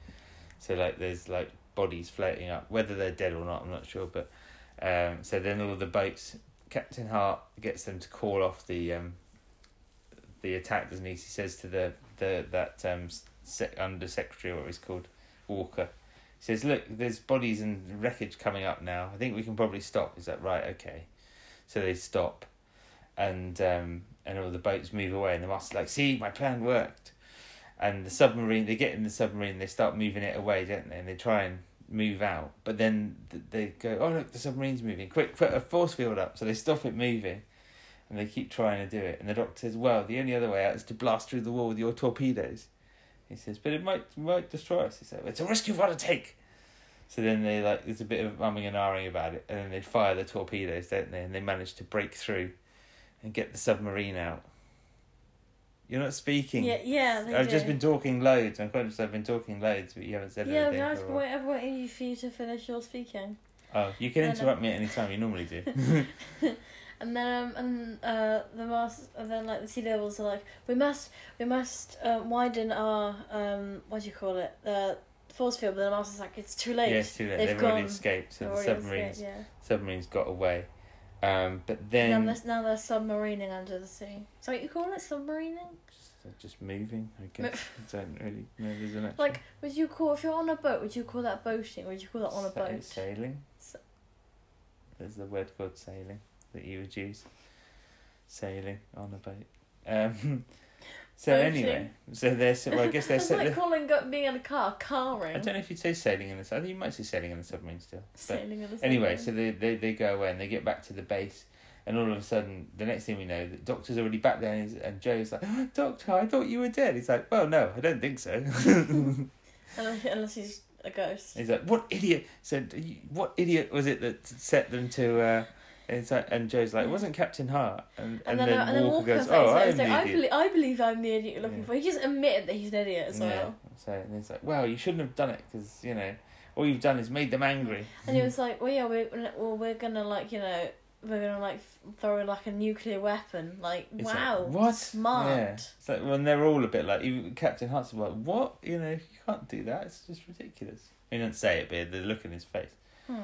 So like, there's like bodies floating up, whether they're dead or not, I'm not sure. But um, so then all the boats, Captain Hart gets them to call off the um, the attack, doesn't he? He says to the the that um sec- under secretary, what he's called, Walker. He says, "Look, there's bodies and wreckage coming up now. I think we can probably stop." Is that right? Okay, so they stop, and um, and all the boats move away, and the master's like, "See, my plan worked." And the submarine, they get in the submarine, they start moving it away, don't they? And they try and move out, but then th- they go, "Oh look, the submarine's moving! Quick, put a force field up!" So they stop it moving. And they keep trying to do it, and the doctor says, "Well, the only other way out is to blast through the wall with your torpedoes." He says, "But it might might destroy us." He said, "It's a risk you've got to take." So then they like there's a bit of umming and ahhing about it, and then they fire the torpedoes, don't they? And they manage to break through, and get the submarine out. You're not speaking.
Yeah, yeah. They
I've
do.
just been talking loads. I'm conscious I've been talking loads, but you haven't said
Yeah,
anything.
no, I was
for a while.
wait, I've waited for you to finish your speaking.
Oh, you can
No, no.
interrupt me at any time. You normally do.
And then, um, and uh, the mas and then like the sea devils are like, we must, we must uh, widen our um, what do you call it, the force field. But the master's like, it's too late.
yeah, it's too late.
They've
They've, already
gone.
escaped, so
They're
the
already escaped,
submarines
yeah.
submarines got away. Um, but
Now
then
they're, now they're submarining under the sea. So you call it submarining?
just, just moving. I guess I don't really know. There's an actual
Like, would you call if you're on a boat? Would you call that boating? Would you call that on a
Sa-
boat?
Sailing.
Sa-
There's the word called sailing that you would use. Sailing on a boat. Um, so
Boating.
anyway, so they're so well, I guess they're.
That's
so,
like
they're-
calling go- being in a car carring.
I don't know if you'd say sailing in the. I think you might say sailing in the submarine still. But
Sailing in the
anyway, so
submarine.
they, they they go away and they get back to the base. And all of a sudden, the next thing we know, the doctor's already back there, and, he's, and Joe's like, "Ah, "Doctor, I thought you were dead." He's like, "Well, no, I don't think so."
unless, unless he's a ghost.
He's like, "What idiot said? What idiot was it that set them to?" Uh, and, it's like, and Joe's like, "It wasn't Captain Hart." And,
And,
and,
then,
then,
and then
Walker goes,
says,
"Oh, I
like,
am
he's like, I,
the idiot."
believe, I believe I'm the idiot you're looking
Yeah.
for. He just admitted that he's an idiot as well.
So and it's like, "Well, you shouldn't have done it because you know all you've done is made them angry."
And he was like, well, yeah, we're, well, we're gonna, like, you know, we're gonna like f- throw in like a nuclear weapon. Like
It's
wow,
like, what?
smart.
Yeah. It's like when they're all a bit like even Captain Hut's like, what? You know, you can't do that. It's just ridiculous. He doesn't say it, but the look in his face.
Hmm.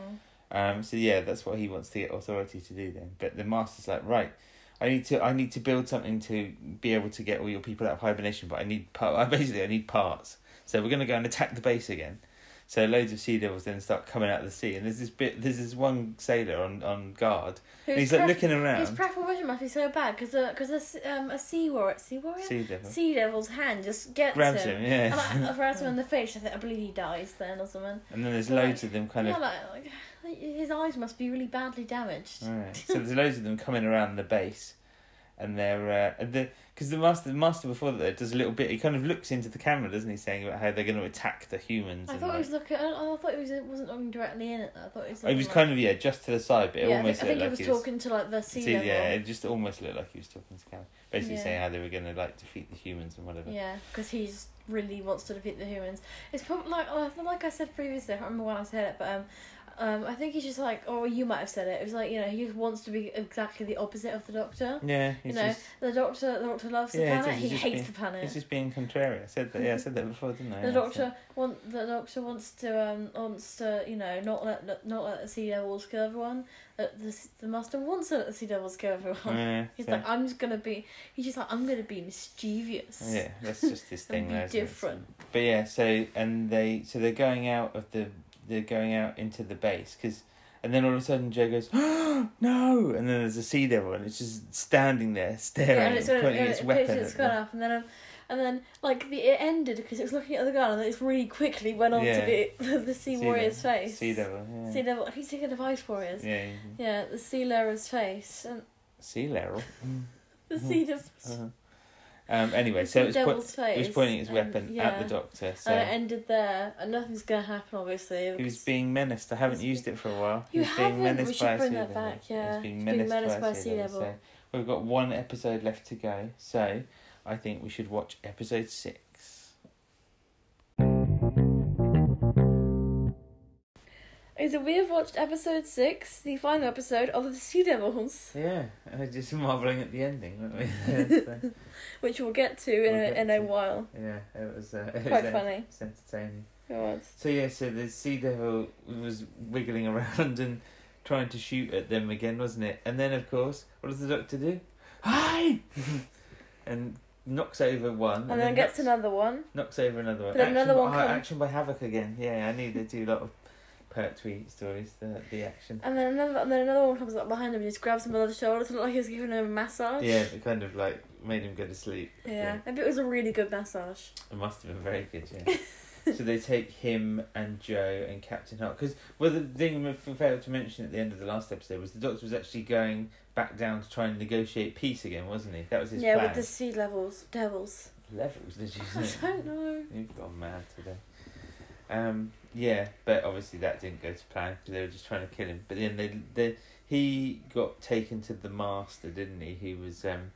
Um. So yeah, that's what he wants to get authority to do then. But the master's like, right, I need to, I need to build something to be able to get all your people out of hibernation. But I need part. I basically I need parts. So we're gonna go and attack the base again. So loads of sea devils then start coming out of the sea, and there's this bit. There's this one sailor on on guard.
Whose
and he's like
pref-
looking
His
around.
preparation must be so bad because because a, s- um, a sea warrior, sea warrior,
sea devil
sea devil's hand just gets
grabs
him.
him. Yeah.
And I, I grabs him in the face. I think I believe he dies then or something.
And then there's
Like,
loads of them kind
yeah,
of.
like, like his eyes must be really badly damaged.
Alright. So there's loads of them coming around the base, and they're uh, and the because the master the master before that does a little bit. He kind of looks into the camera, doesn't he, saying about how they're going to attack the humans.
I
and
thought he
like- oh,
was looking. I, I thought he was, wasn't looking directly in it. I thought he was.
it
Looking
was
like-
kind of yeah, just to the side, but it
yeah, I
almost
think, I think he
looked
was
like
talking to like the sea
See,
devil.
yeah, it just almost looked like he was talking to the camera, basically
Yeah.
saying how they were going to like defeat the humans and whatever.
Yeah, because he's really wants to defeat the humans. It's probably like oh, I feel like I said previously. I can't remember when I said it, but um, um, I think he's just like, oh, you might have said it. It was like you know he just wants to be exactly the opposite of the doctor.
Yeah,
You
he's
know,
just,
the doctor, the doctor loves the
Yeah, it's
planet.
just-
He
it's just
hates
being-
the planet.
he's just being contrary. I said that. Yeah, I said that before, didn't I?
The
Yeah, so-
doctor want the doctor wants to um wants to you know not let not let the sea devils kill everyone. Uh, the the master wants to let the sea devils kill everyone.
Yeah,
He's
so-
like I'm just gonna be. He's just like I'm gonna be mischievous.
Yeah, that's just this thing.
And be
though, isn't it?
different.
But yeah, so and they so they're going out of the they're going out into the base because and then all of a sudden Joe goes no and then there's a sea devil and it's just standing there
Yeah,
staring
and
and
it's gonna,
pointing
and
its
it
weapon
picks its
at
gun
them.
up, and then um, and then like the it ended because it was looking at the gun, and then it really quickly went on
Yeah.
to be the sea,
devil.
warrior's face.
Sea devil. Yeah.
Sea devil. He's thinking of ice warriors. Yeah,
Yeah. yeah.
the sea lair's face and
Sea level.
the sea devil's.
Uh-huh. Um. Anyway,
the
so
sea
it was, po-
devil's
it
face.
was pointing its
and-
weapon at
yeah. Uh,
the doctor.
And it
So
ended there, and nothing's gonna happen, obviously.
he was
because-
being menaced. I haven't
He's
used it for a while.
You
He's being
haven't.
menaced
We should
by a
bring
sea
that
level.
back, yeah.
He's being
Being
menaced,
menaced
by,
by
a sea level.
level.
So we've got one episode left to go. So I think we should watch episode six.
Okay, so we have watched episode six, the final episode of the Sea Devils,
Yeah, and just marveling at the ending, weren't we? So,
which we'll get to in
We'll get
a, in a
to.
while.
yeah, it was. Uh, it
Quite
was, uh,
funny.
It's entertaining.
It was.
So yeah, so the sea devil was wiggling around and trying to shoot at them again, wasn't it? And then of course, what does the doctor do? Hi, and knocks over one,
And, then gets
knocks-
another one.
Knocks over another one.
But
action,
another one
by,
comes-
action by Havoc again. Yeah, I need to do a lot of per tweet stories. The the action.
And then another, and then another one comes up behind him and just grabs him by the shoulders, looked like he was giving him a massage.
Yeah, it kind of like made him go to sleep. I
Yeah,
think.
maybe it was a really good massage.
it must have been very good. Yeah. so they take him and Joe and Captain Hart because well, the thing we failed to mention at the end of the last episode was the Doctor was actually going back down to try and negotiate peace again, wasn't he? That was his
yeah,
plan.
with the sea levels, devils.
Levels, did you?
I
say?
don't know.
You've gone mad today. Um, yeah, but obviously that didn't go to plan because they were just trying to kill him. But then they, they, he got taken to the master, didn't he? He was. Um,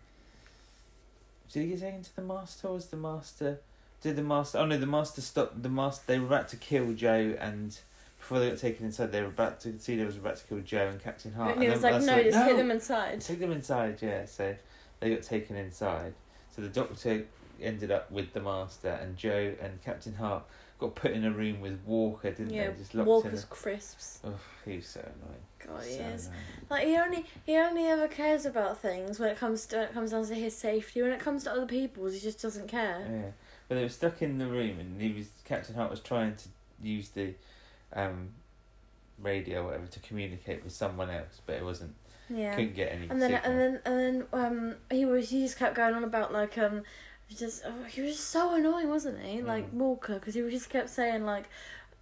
did he get taken to the master? Or was the master? Did the master? Oh no, the master stopped. The master. They were about to kill Joe, and before they got taken inside, they were about to see they was about to kill Joe and Captain Hart.
and he was
then
like,
Oh, that's
no, just hit them inside.
Take them inside, yeah. So they got taken inside. So the doctor ended up with the master, and Joe and Captain Hart got put in a room with Walker, didn't
Yeah,
they? Just locked
Walker's crisps.
in. A... Oh, he was so annoying.
God,
so
he is.
annoying.
Like he only he only ever cares about things when it comes to when it comes down to his safety. When it comes to other people's, he just doesn't care.
Yeah, but they were stuck in the room, and he was Captain Hart was trying to use the um, radio, or whatever, to communicate with someone else, but it wasn't.
Yeah.
Couldn't get any.
and then
signal.
and then and then um he was he just kept going on about like um just oh, he was just so annoying wasn't he like
Mm.
Walker because he was just kept saying like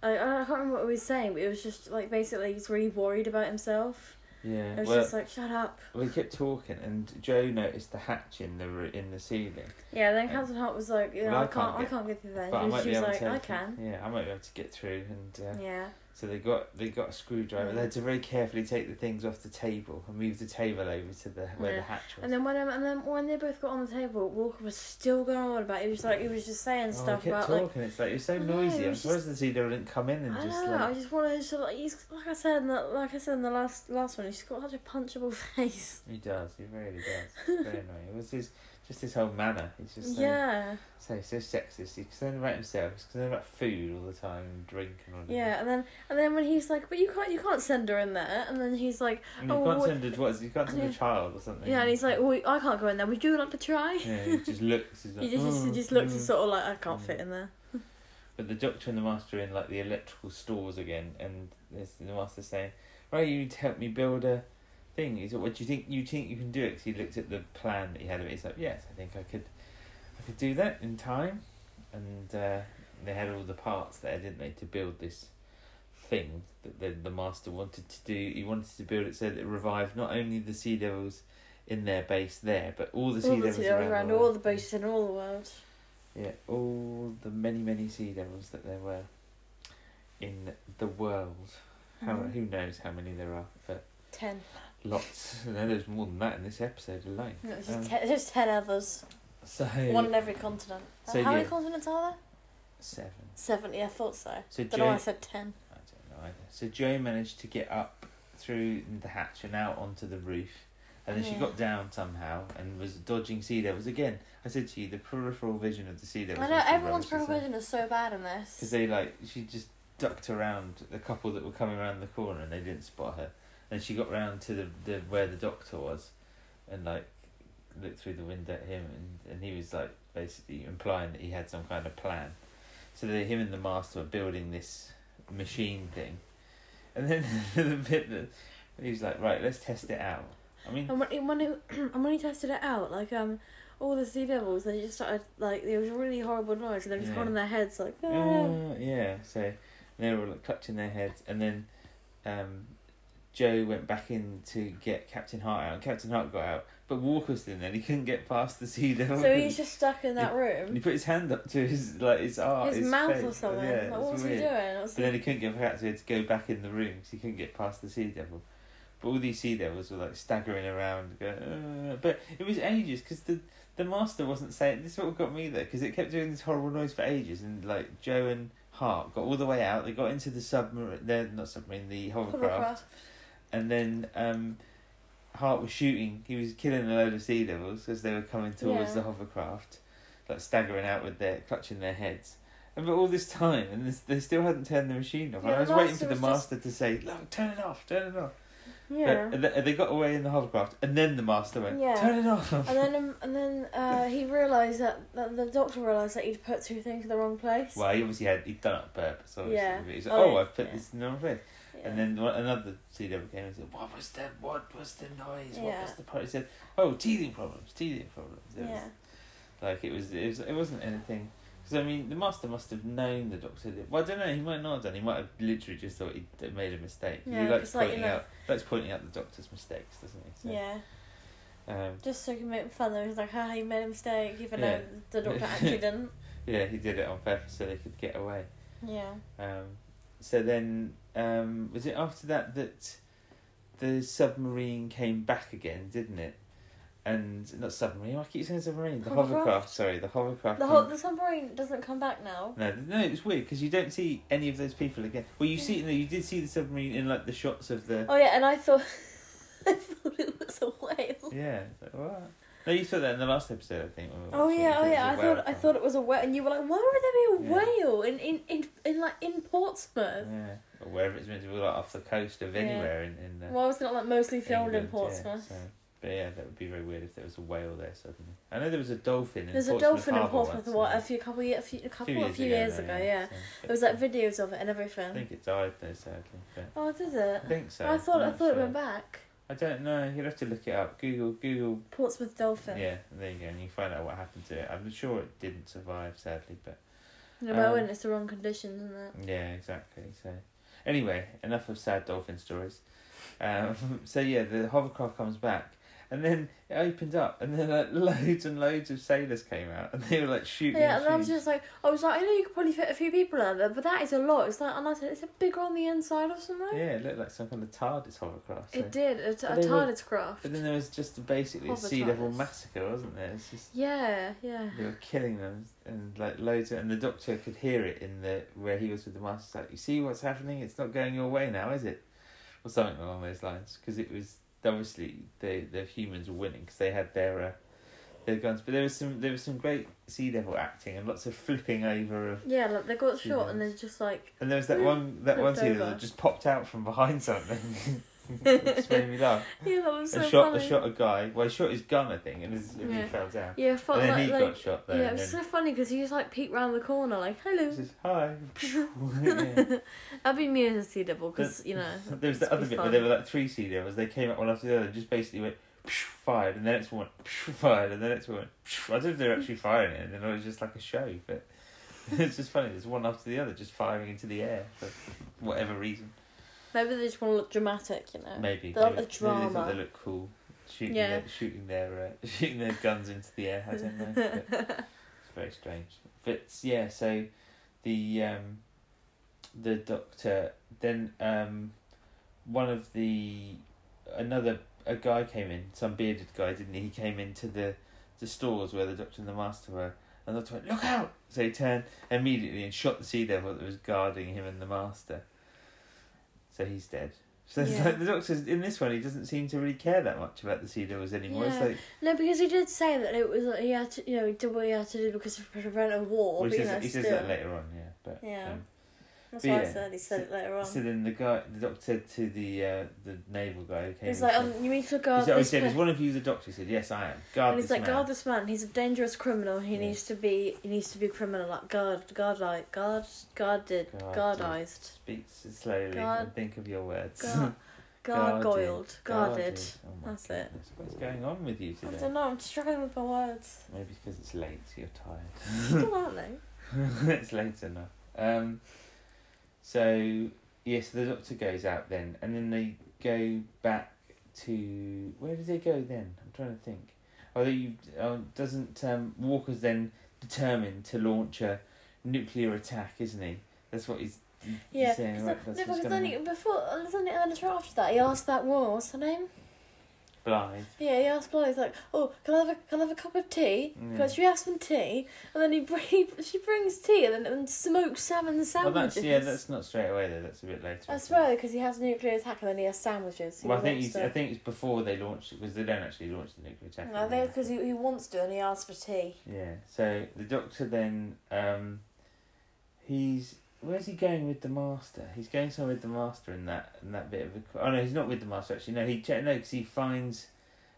I I can't remember what he was saying but it was just like basically he's really worried about himself.
yeah,
It was
well,
just like shut up.
we kept talking, and Joe noticed the hatch in the ru- in the ceiling.
Yeah. Then
Yeah.
Captain Hart was like, you know,
Well, I
I can't
can't
I can't get through there.
But I
She was-
might
she
be
was
able
like,
to.
I can.
Yeah, I might be able to get through, and uh,
Yeah.
So they got they got a screwdriver. They had to very carefully take the things off the table and move the table over to the where
Yeah.
the hatch was.
And then when um, and then when they both got on the table, Walker was still going on about. He was like he was just saying
Oh,
stuff
I kept
about like.
talking. It's like it's so
I know,
noisy.
it
I'm
was
surprised the zebra didn't come in and
I
just
don't know. I
like
just wanted to like he's like I said in the like I said in the last last one. He's got such a punchable face.
he does. He really does. It's very annoying. It was his just his whole manner. He's just so,
yeah,
so so sexist. He's concerned about himself. He's concerned about food all the time and drink and all. that.
yeah. And then and then when he's like, but you can't you can't send her in there. And then he's like,
And you
Oh,
can't
what-
send a what? is- You can't send
Yeah.
a child or something.
yeah. And he's like, well, I can't go in there. Would you like to try?
Yeah, he just looks. He's like,
He just, he
"Oh,
just looks
mm."
sort of like I can't
Mm.
fit in there.
But the doctor and the master are in like the electrical stores again, and there's the master saying, "Right, you need to help me build a thing." He's like, "What do you think? You think you can do it?" 'Cause he looked at the plan that he had of it. He's like, "Yes, I think I could, I could do that in time." And uh, they had all the parts there, didn't they, to build this thing that the, the master wanted to do. He wanted to build it so that it revived not only the sea devils in their base there, but all the sea
all the
devils
sea
around,
devils around, all the bases in all the world.
yeah, all the many, many sea devils that there were in the world. How
Mhm.
who knows how many there are, but
Ten.
lots. No, there's more than that in this episode alone.
No, it's
Um,
just, ten, it's just ten others.
So
Hmm. One in every continent.
So,
How many
yeah.
continents are there?
seven.
Seven. Yeah, I thought so.
So
Don't know why I
Joe,
said ten.
I don't know either. So Joe managed to get up through the hatch and out onto the roof, and then she
Yeah.
got down somehow and was dodging sea devils again. I said to you, the peripheral vision of the sea devils.
I know
was the
everyone's
rubbish, isn't it?
provision is so bad in
because
this.
they like she just ducked around the couple that were coming around the corner and they didn't spot her and she got round to the, the where the doctor was and like looked through the window at him and, and he was like basically implying that he had some kind of plan so they him and the master were building this machine thing and then the bit that he was like right let's test it out i mean
And when, and when it, and when he tested it out, like um, all the sea devils, they just started like there was a really horrible noise, and they were just
Yeah.
holding their heads like. "Ah."
Uh, yeah, so they were like, clutching their heads, and then um, Joe went back in to get Captain Hart out, and Captain Hart got out, but Walker was in there, and he couldn't get past the sea devil.
So he's just stuck in that
and he
room.
put his hand up to his like his arm,
His mouth
face.
or something.
Yeah,
like,
it's
what was
weird.
he doing? Was
But then he couldn't get back out, so he had to go back in the room because he couldn't get past the sea devil. But all these sea devils were like staggering around. Going, uh, but it was ages because the the master wasn't saying. This is what got me there because it kept doing this horrible noise for ages. And like Joe and Hart got all the way out. They got into the submarine. They're not submarine. The hovercraft.
Hovercraft.
And then um, Hart was shooting. He was killing a load of sea devils as they were coming towards
Yeah.
the hovercraft, like staggering out with their clutching their heads. And but all this time, and this, they still hadn't turned the machine off.
Yeah,
and I
the
was waiting
master
for the
was just-
master to say, "Look, turn it off, turn it off."
Yeah.
But uh, they, they got away in the hovercraft, and then the master went,
Yeah.
"Turn it off."
And then, um, and then uh, he realised that, that the doctor realised that he'd put two things in the wrong place.
Well, he obviously had he'd done it on purpose. Obviously,
Yeah.
But he's like,
Oh,
"Oh, I've put
yeah.
this in the wrong place."
Yeah.
And then one- another sea devil came and said, "What was that? What was the noise? What
Yeah.
was the problem?" He said, "Oh, teething problems, teething problems." It was-
yeah.
Like it was, it was, it wasn't anything. Because I mean, the master must have known the doctor. Did. Well, I don't know. He might not have done. He might have literally just thought he made a mistake. he
Yeah,
likes
it's like, you
pointing
know-
out, likes pointing out the doctor's mistakes, doesn't he?
Yeah,
Yeah. Um,
just so you can make fun of him. He's like, ha, you made a mistake, even
Yeah.
though the doctor actually didn't.
yeah, he did it on purpose so they could get away.
Yeah.
Um, so then, um, was it after that that the submarine came back again, didn't it? And not submarine. I keep saying submarine. The hovercraft.
Hovercraft?
sorry, the hovercraft.
The
came
whole the submarine doesn't come back now.
No, th- no, it was weird because you don't see any of those people again. Well, you see, no, you did see the submarine in like the shots of the.
Oh yeah, and I thought I thought it was a whale.
Yeah, it's like, what? No, you saw that in the last episode, I think. when we were
Oh
watching
yeah,
it,
oh
it was
yeah.
a
I
whale
thought I
film.
thought it was a whale, and you were like, "Why would there be a
Yeah.
whale in, in, in, in like in Portsmouth?"
Yeah, or wherever it's meant to be, like off the coast of
Yeah.
anywhere in in. Uh,
Well, it's not like mostly filmed
England,
in
Yeah,
Portsmouth.
so- but yeah, that would be very weird if there was a whale there suddenly. I know there was a dolphin. In
There's a
Portsmouth
dolphin in
Harbour
Portsmouth.
once,
What
yeah.
a few couple year, a few a couple
Few
a few years ago, yeah.
so-
There was like videos of it and
I
everything.
think it died though, sadly. But
Oh, did
I
it?
think so.
I thought
I'm
I
not
thought it
sure.
went back.
I don't know. You'll have to look it up. Google Google
Portsmouth dolphin.
Yeah, there you go, and you find out what happened to it. I'm sure it didn't survive, sadly, but
No, but
Um,
when it's the wrong conditions, isn't it?
yeah, exactly. So, anyway, enough of sad dolphin stories. Um, so yeah, the hovercraft comes back, And then it opened up, and then like loads and loads of sailors came out, and they were like shooting.
Yeah, and I was
shooting.
just like, I was like, I know you could probably fit a few people out there, but that is a lot. It's like, and I said, is it bigger on the inside or something?
yeah, it looked like some kind of TARDIS hovercraft. so-
It did. It's a
But they were-
TARDIS craft.
But then there was just basically a
Hover
sea level
TARDIS.
massacre, wasn't there? It's just
Yeah, yeah.
they were killing them, and like loads, of, and the doctor could hear it in the where he was with the master. Like, you see what's happening? It's not going your way now, is it? Or something along those lines, because it was obviously the the humans were winning because they had their uh, their guns. But there was some there was some great sea devil acting and lots of flipping over of.
Yeah, like they got
She
shot and
knows.
then just like,
And there was that
Yeah,
one that one
Mm. flipped
sea devil
over.
that just popped out from behind something. Which made me laugh.
yeah, that was so
and shot
funny.
a shot a guy. Well, he shot his gun, I think, and his, and he
Yeah.
fell down.
Yeah, felt
and then
like,
he
like
got shot there.
yeah, it
and
was
then
so funny because he just like peeked round the corner like, hello.
he says, hi. Yeah.
That'd be me as a sea devil because
There's-
you know.
there was the
it'd
other
be
bit
fun.
where there were like three sea devils. They came up one after the other, and just basically went fired, and the next one fired, and the next one. I don't know if they were actually firing it, and then it was just like a show. But it's just funny. There's one after the other, just firing into the air for whatever reason.
Maybe they just want to look dramatic, you know.
Maybe
They like
maybe-
the
maybe they thought
drama.
they looked cool. Shooting,
Yeah.
their, shooting their uh, shooting their guns into the air. I don't know. But it's very strange. But yeah, so the um, the doctor then um, one of the another a guy came in, some bearded guy, didn't he? He came into the the stores where the doctor and the master were, and the doctor went, "Look out!" So he turned immediately and shot the sea devil that was guarding him and the master. So he's dead. So it's
Yeah.
like the doctor's in this one, he doesn't seem to really care that much about the sea devils anymore. It's
Yeah.
like
No, because he did say that it was like, he had to, you know, he did what he had to do because of prevent a war.
well,
but,
he
you
says,
know,
he
still,
says that later on, yeah. But
Yeah.
um,
That's
but
why I
yeah,
said he said it later on.
So then the guy, the doctor, to the uh, the naval guy who came.
He's
and
like,
said-
um, you need to
he
guard
said, oh, he
this
said,
man.
"Is one of you the doctor?" He said, "Yes, I am." Guard
And he's
this
like,
man.
guard this man. He's a dangerous criminal. He
Yeah.
needs to be. He needs to be criminal. Like guard, guard, like guard, guarded,
Guarded.
guardized,
Speak slowly and
Guard-
think of your words.
guard, gargoyled, guarded.
Oh my
That's it.
goodness, What's going on with you
I
today?
don't know. I'm struggling with my words.
Maybe because it's late, you're tired.
Still aren't they?
it's late enough. Um, so yes, the doctor goes out then, and then they go back to where did they go then? I'm trying to think. Although you oh, doesn't um, Walker's then determined to launch a nuclear attack, isn't he? That's what he's, he's
Yeah.
saying.
Because
Right,
then-
that's
no,
what's
because
gonna
then
happen.
he, before, wasn't it later after that? He asked that woman. What's her name?
Blythe.
Yeah, he asked Blondie, he's like, oh, can I have a, can I have a cup of tea?
Yeah.
Because she asked some tea, and then he, br- he she brings tea and, then- and smokes salmon
Well,
sandwiches.
that's yeah. That's not straight away though. That's a bit later.
I
think.
swear, because he has a nuclear attack and then he has sandwiches. He
Well, I think
wants
he's,
to-
I think it's before they launch because they don't actually launch the nuclear attack.
I
do they?
think because he, he wants to and he asks for tea.
Yeah. So the doctor then um he's where's he going with the master? He's going somewhere with the master in that in that bit of a oh no he's not with the master actually no he che- no because he finds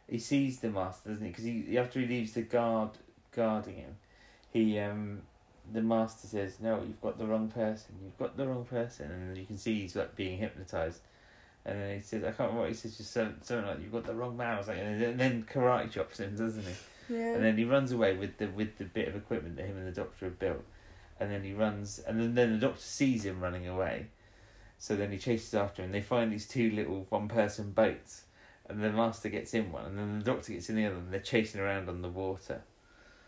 he sees the master doesn't he because he after he leaves the guard guarding him he um the master says no you've got the wrong person you've got the wrong person and you can see he's like being hypnotized. And then he says, I can't remember what he says, just something, something like, you've got the wrong man. I was like, and then- then karate chops him, doesn't he?
Yeah.
and then he runs away with the with the bit of equipment that him and the doctor have built and then he runs and then, then the doctor sees him running away so then he chases after him they find these two little one person boats and the master gets in one and then the doctor gets in the other and they're chasing around on the water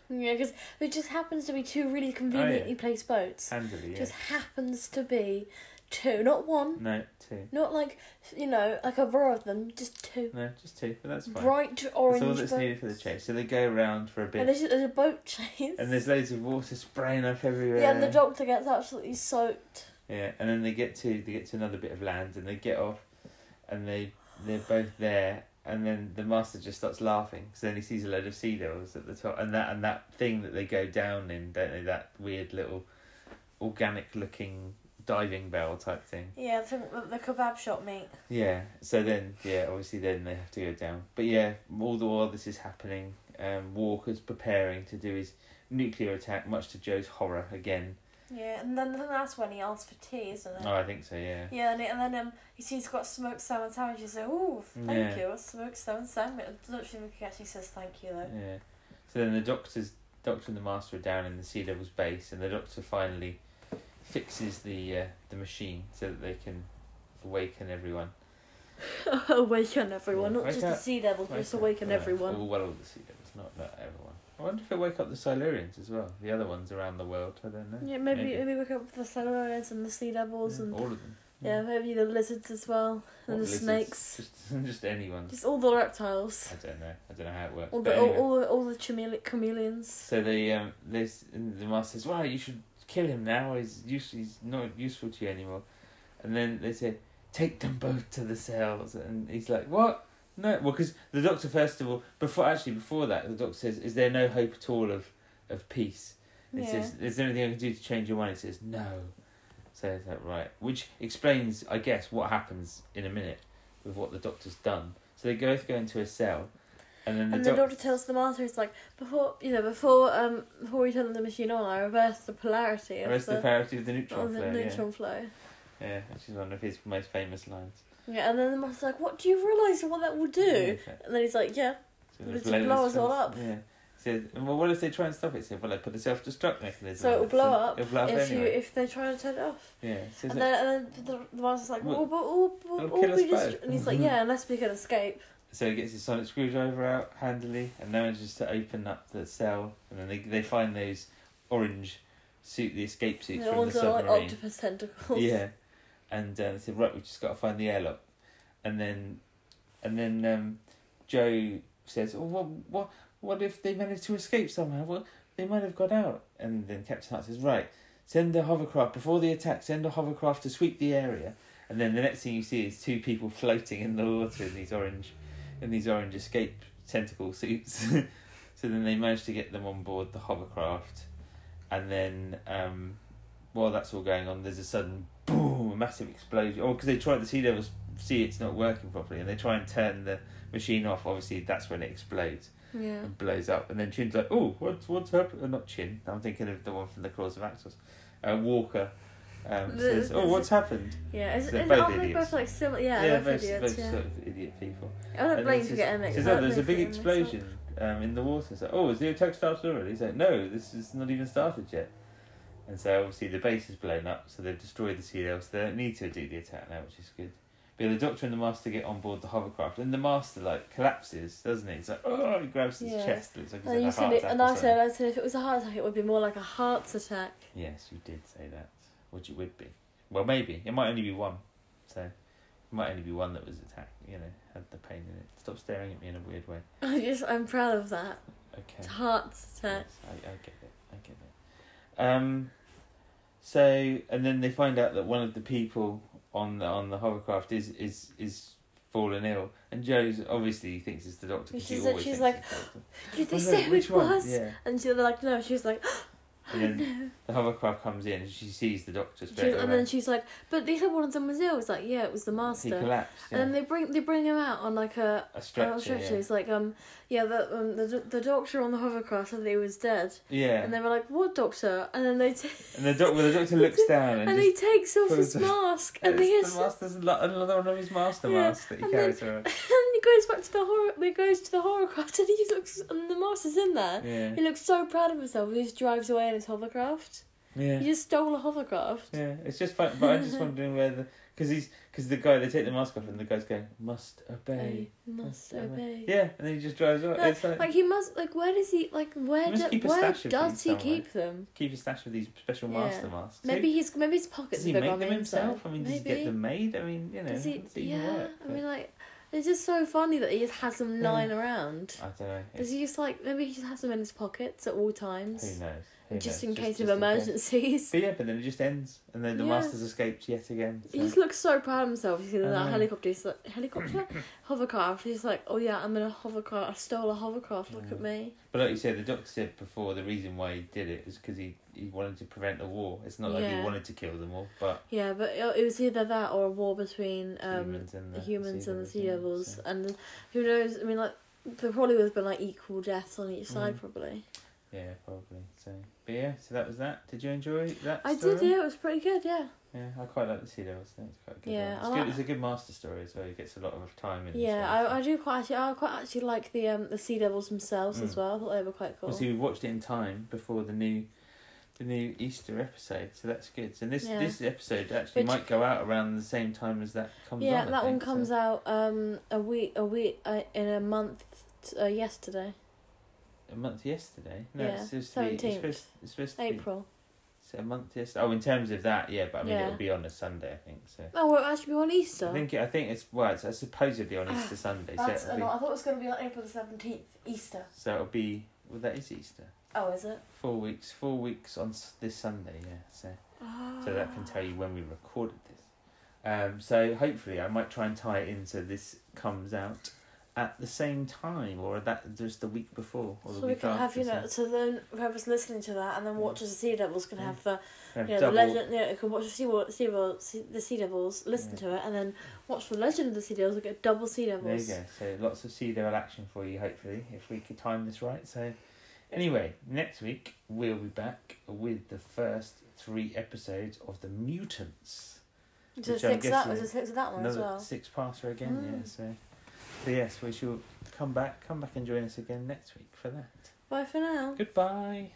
yeah, because there just happens to be two really conveniently placed boats.
handily Oh, yeah
Just happens to be two, not one,
no two
not like, you know, like a row of them, just two.
no just two but that's fine
Bright orange
that's all that's
boats.
needed for the chase so they go around for a bit
And there's, there's a boat chase.
and there's loads of water spraying up everywhere
yeah, and the doctor gets absolutely soaked.
Yeah, and then they get to they get to another bit of land and they get off, and they they're both there, and then the master just starts laughing because then he sees a load of sea devils at the top, and that and that thing that they go down in, don't they? That weird little organic looking diving bell type thing.
Yeah, I think the, the kebab shop mate.
Yeah. So then, yeah, obviously then they have to go down. But yeah, all the while this is happening, um, Walker's preparing to do his nuclear attack, much to Joe's horror again.
Yeah, and then, then that's when he asks for tea, isn't it?
Oh, I think so. Yeah.
Yeah, and, it, and then um, he sees got smoked salmon sandwiches. Like, oh, thank
Yeah.
you, smoked salmon sandwich. I don't think he actually says thank you though.
Yeah. So then the doctors, doctor and the master are down in the Sea Devil's base, and the doctor finally fixes the uh, the machine so that they can awaken everyone.
awaken everyone,
Yeah,
not just
wake
the
up.
sea devils, but just awaken
Well,
everyone.
Well, well, all the sea devils, not, not everyone. I wonder if it wake up the Silurians as well. The other ones around the world. I don't know.
Yeah, maybe maybe wake up the Silurians and the sea devils
Yeah,
and
all of them.
yeah, maybe the lizards as well and
What
the
lizards?
snakes,
Just, just anyone.
just all the reptiles,
I don't know. I don't know how it works.
all
but
the all,
anyway.
all the all the chamele- chameleons.
So the um, this the master says, "Well, you should kill him now. He's use, he's not useful to you anymore." And then they say, "Take them both to the cells." And he's like, "What? No, well, because the doctor first of all, before actually before that, the doctor says, "Is there no hope at all of of peace?" And He
Yeah.
says, "Is there anything I can do to change your mind?" He says, "No." So it's like right, which explains, I guess, what happens in a minute with what the doctor's done. So they both go into a cell, and then the,
And the
doc-
doctor tells the master, he's like, before you know, before um, before we turn the machine on, I reversed the polarity of
Where's the
the,
parity of the neutron
of the
flow? yeah.
neutron flow.
Yeah, which is one of his most famous lines.
Yeah, and then the master's like, what do you realise what that will do?
Yeah, so-
And then he's like, yeah,
so
But
it's
it blows
loads of
all
things.
up.
Yeah. He said, well, what if they try and stop it? He said, well, I put a self-destruct mechanism.
So
on
it'll
it,
blow up
It'll blow up
if you
anyway.
if they try to turn it off.
Yeah. So it's
And
like,
then, and then the, the master's like,
Well,
well, but all, all,
it'll
all
kill us
we just,
both. Mm-hmm.
and he's like, yeah, unless we can escape.
so he gets his sonic screwdriver out handily and manages to open up the cell, and then they they find those orange suit, the escape
And
suits
the
from the
ones that are like
submarine.
octopus tentacles.
Yeah, and uh, they said, right, we've just got to find the airlock, and then, and then um, Joe says, oh, what, what, what if they managed to escape somehow? Well, they might have got out, and then Captain Hart says, right, send a hovercraft before the attack. Send a hovercraft to sweep the area, and then the next thing you see is two people floating in the water in these orange, in these orange escape tentacle suits. so then they managed to get them on board the hovercraft, and then. Um, while that's all going on, there's a sudden boom, a massive explosion. Oh, because they try the sea devils see it's not working properly, and they try and turn the machine off. Obviously, that's when it explodes
Yeah.
and blows up. And then Chin's like, "Oh, what's what's happened?" Oh, not Chin. I'm thinking of the one from the Claws of Axos. Uh, Walker um,
The-
says, "Oh, what's happened?"
Yeah, is, is,
They're
aren't
both
they
idiots.
both like similar? Yeah, they're both
most,
idiots.
most
Yeah.
sort of idiot people.
I don't
And
blame
then
you for
says-
getting mixed
says,
up.
oh, there's a
don't
big
blame you for getting mixed
explosion um, in the water. It's like, oh, is the attack started already? He's like, no, this is not even started yet. And so obviously the base is blown up, so they've destroyed the sea devils. They don't need to do the attack now, which is good. But the Doctor and the Master get on board the hovercraft, and the Master like collapses, doesn't he? He's like, oh, he grabs his
Yeah.
chest. Looks like
up. And,
he's had
you
a
said
heart
it,
attack.
and
or
I
something.
said, I said, if it was a heart attack, it would be more like a heart attack.
Yes, you did say that. Which it would be. Well, maybe it might only be one. So it might only be one that was attacked. You know, had the pain in it. Stop staring at me in a weird way.
I just, I'm proud of that.
Okay.
It's a heart
Yes,
attack.
I, I get it. I get it. Um, so and then they find out that one of the people on the on the hovercraft is is is fallen ill, and Joe's obviously thinks it's the doctor. 'cause
Which
he
is that
always
she's
thinks
like,
it's the doctor.
Did they
Oh, no,
say who
which
it
one?
was?
Yeah.
And she, they're like, no. She was like,
And then the hovercraft comes in, and she sees the doctor
she-
straight
and
away.
then she's like, but they said one of them was ill. It's like, yeah, it was the master.
he collapsed. Yeah.
And then Oh, they bring they bring him out on like a stretcher.
a stretcher.
On a stretcher. He's like, um, yeah, the, um, the do- the doctor on the hovercraft said that he was dead,
yeah. yeah.
and they were like, what doctor? And then they t-
And the, doc- well, the doctor looks down and,
and
just,
he takes off
pulls
his
it-
mask, and he
it's
is,
the master's lo- another one of his master
Yeah,
masks that he
and
carries around.
and he goes back to the horror. He goes to the hovercraft, and he looks, and the master's in there.
Yeah,
He looks so proud of himself. He just drives away in his hovercraft. He
yeah,
just stole a hovercraft.
yeah. It's just fun, but I'm just wondering where the because he's because the guy they take the mask off and the guy's going must obey.
I Oh, must
Must
obey.
Yeah, and then he just drives off.
No,
it's like,
Like he must. Like where does he? Like where?
He must
Do,
keep a
where
stash of
does
these
he
somewhere.
keep them?
keep a stash of these special
Yeah.
master masks.
Maybe he's maybe his
Who- does
pockets
he
are
make
big on
them
the
himself?
inside.
I mean,
maybe.
does he get them made? I mean, you know,
Does he-
does it even
yeah,
work?
I mean, like it's just so funny that he just has them
Yeah.
lying around.
I don't know.
Does
It's-
he just like maybe he just has them in his pockets at all
Who
times,
knows? Who
just
knows?
in case of
just in case.
emergencies?
But yeah, but then it just ends, and then the
Yeah.
master's escaped yet again.
He
so-
just looks so proud of himself. He's in
I
that
know.
helicopter. He's like, helicopter, hovercraft. He's like, oh yeah, I'm in a hovercraft. I stole a hovercraft. Look
Yeah.
at me.
But like you said, the doctor said before the reason why he did it is because he, he wanted to prevent the war. It's not like he
Yeah.
wanted to kill them all, but
Yeah, but it, it was either that or a war between um,
humans and the
the humans
sea
and the
devils,
sea
yeah,
devils,
so-
and who knows? I mean, like there probably would have been like equal deaths on each side,
Mm.
probably.
Yeah, probably. So, but yeah, so that was that. Did you enjoy that?
I
story?
did. Yeah, it was pretty good. Yeah,
Yeah, I quite like the sea devils. I think it's quite a good.
Yeah,
one. it's,
I
good.
like-
it's a good master story as well. He gets a lot of time in.
yeah. I, I do quite actually. I quite actually like the um the sea devils themselves as
Mm.
well. I thought they were quite cool.
Obviously, we watched it in time before the new the new Easter episode, so that's good. So this
Yeah.
this episode actually
Which-
might go out around the same time as that comes.
yeah,
on, I
that one
think, so-
comes out um a week a week uh, in a month uh, yesterday,
a month yesterday. No,
Yeah,
it's supposed to be. It's
17th.
supposed, it's supposed to be.
April.
So a month yesterday. Oh, in terms of that, yeah, but I mean
Yeah.
it'll be on a Sunday, I think. So
Oh, well, it actually be on Easter.
I think I think it's well, it's supposedly on
Ah,
Easter Sunday. So
That's
it'll
a
be,
lot. I thought it was going to be on April the seventeenth, Easter.
so it'll be well, that is Easter.
Oh, is it?
Four weeks, four weeks on s- this Sunday. Yeah, so so that can tell you when we recorded this. Um, so hopefully, I might try and tie it in so this comes out at the same time, or that just the week before, or the
Ah. So we
week
can
after.
have you know.
so
So then whoever's listening to that and then
Yeah.
watches the Sea Devils can
Yeah.
have the
have
you know
double-
the legend. Yeah, you can watch the Sea Devils, sea Devils, sea, the Sea Devils, listen
Yeah.
to it, and then watch the Legend of the Sea Devils. We get double Sea
There you
Devils.
go. So lots of pseudo action for you, hopefully, if we could time this right. So, anyway, next week we'll be back with the first three episodes of the Mutants.
So
Which I'm
six of that,
guessing
so six of that one Oh, as
Another
well.
six passer again. Yeah.
Mm.
So, so yes, we shall come back. Come back and join us again next week for that.
Bye for now.
Goodbye.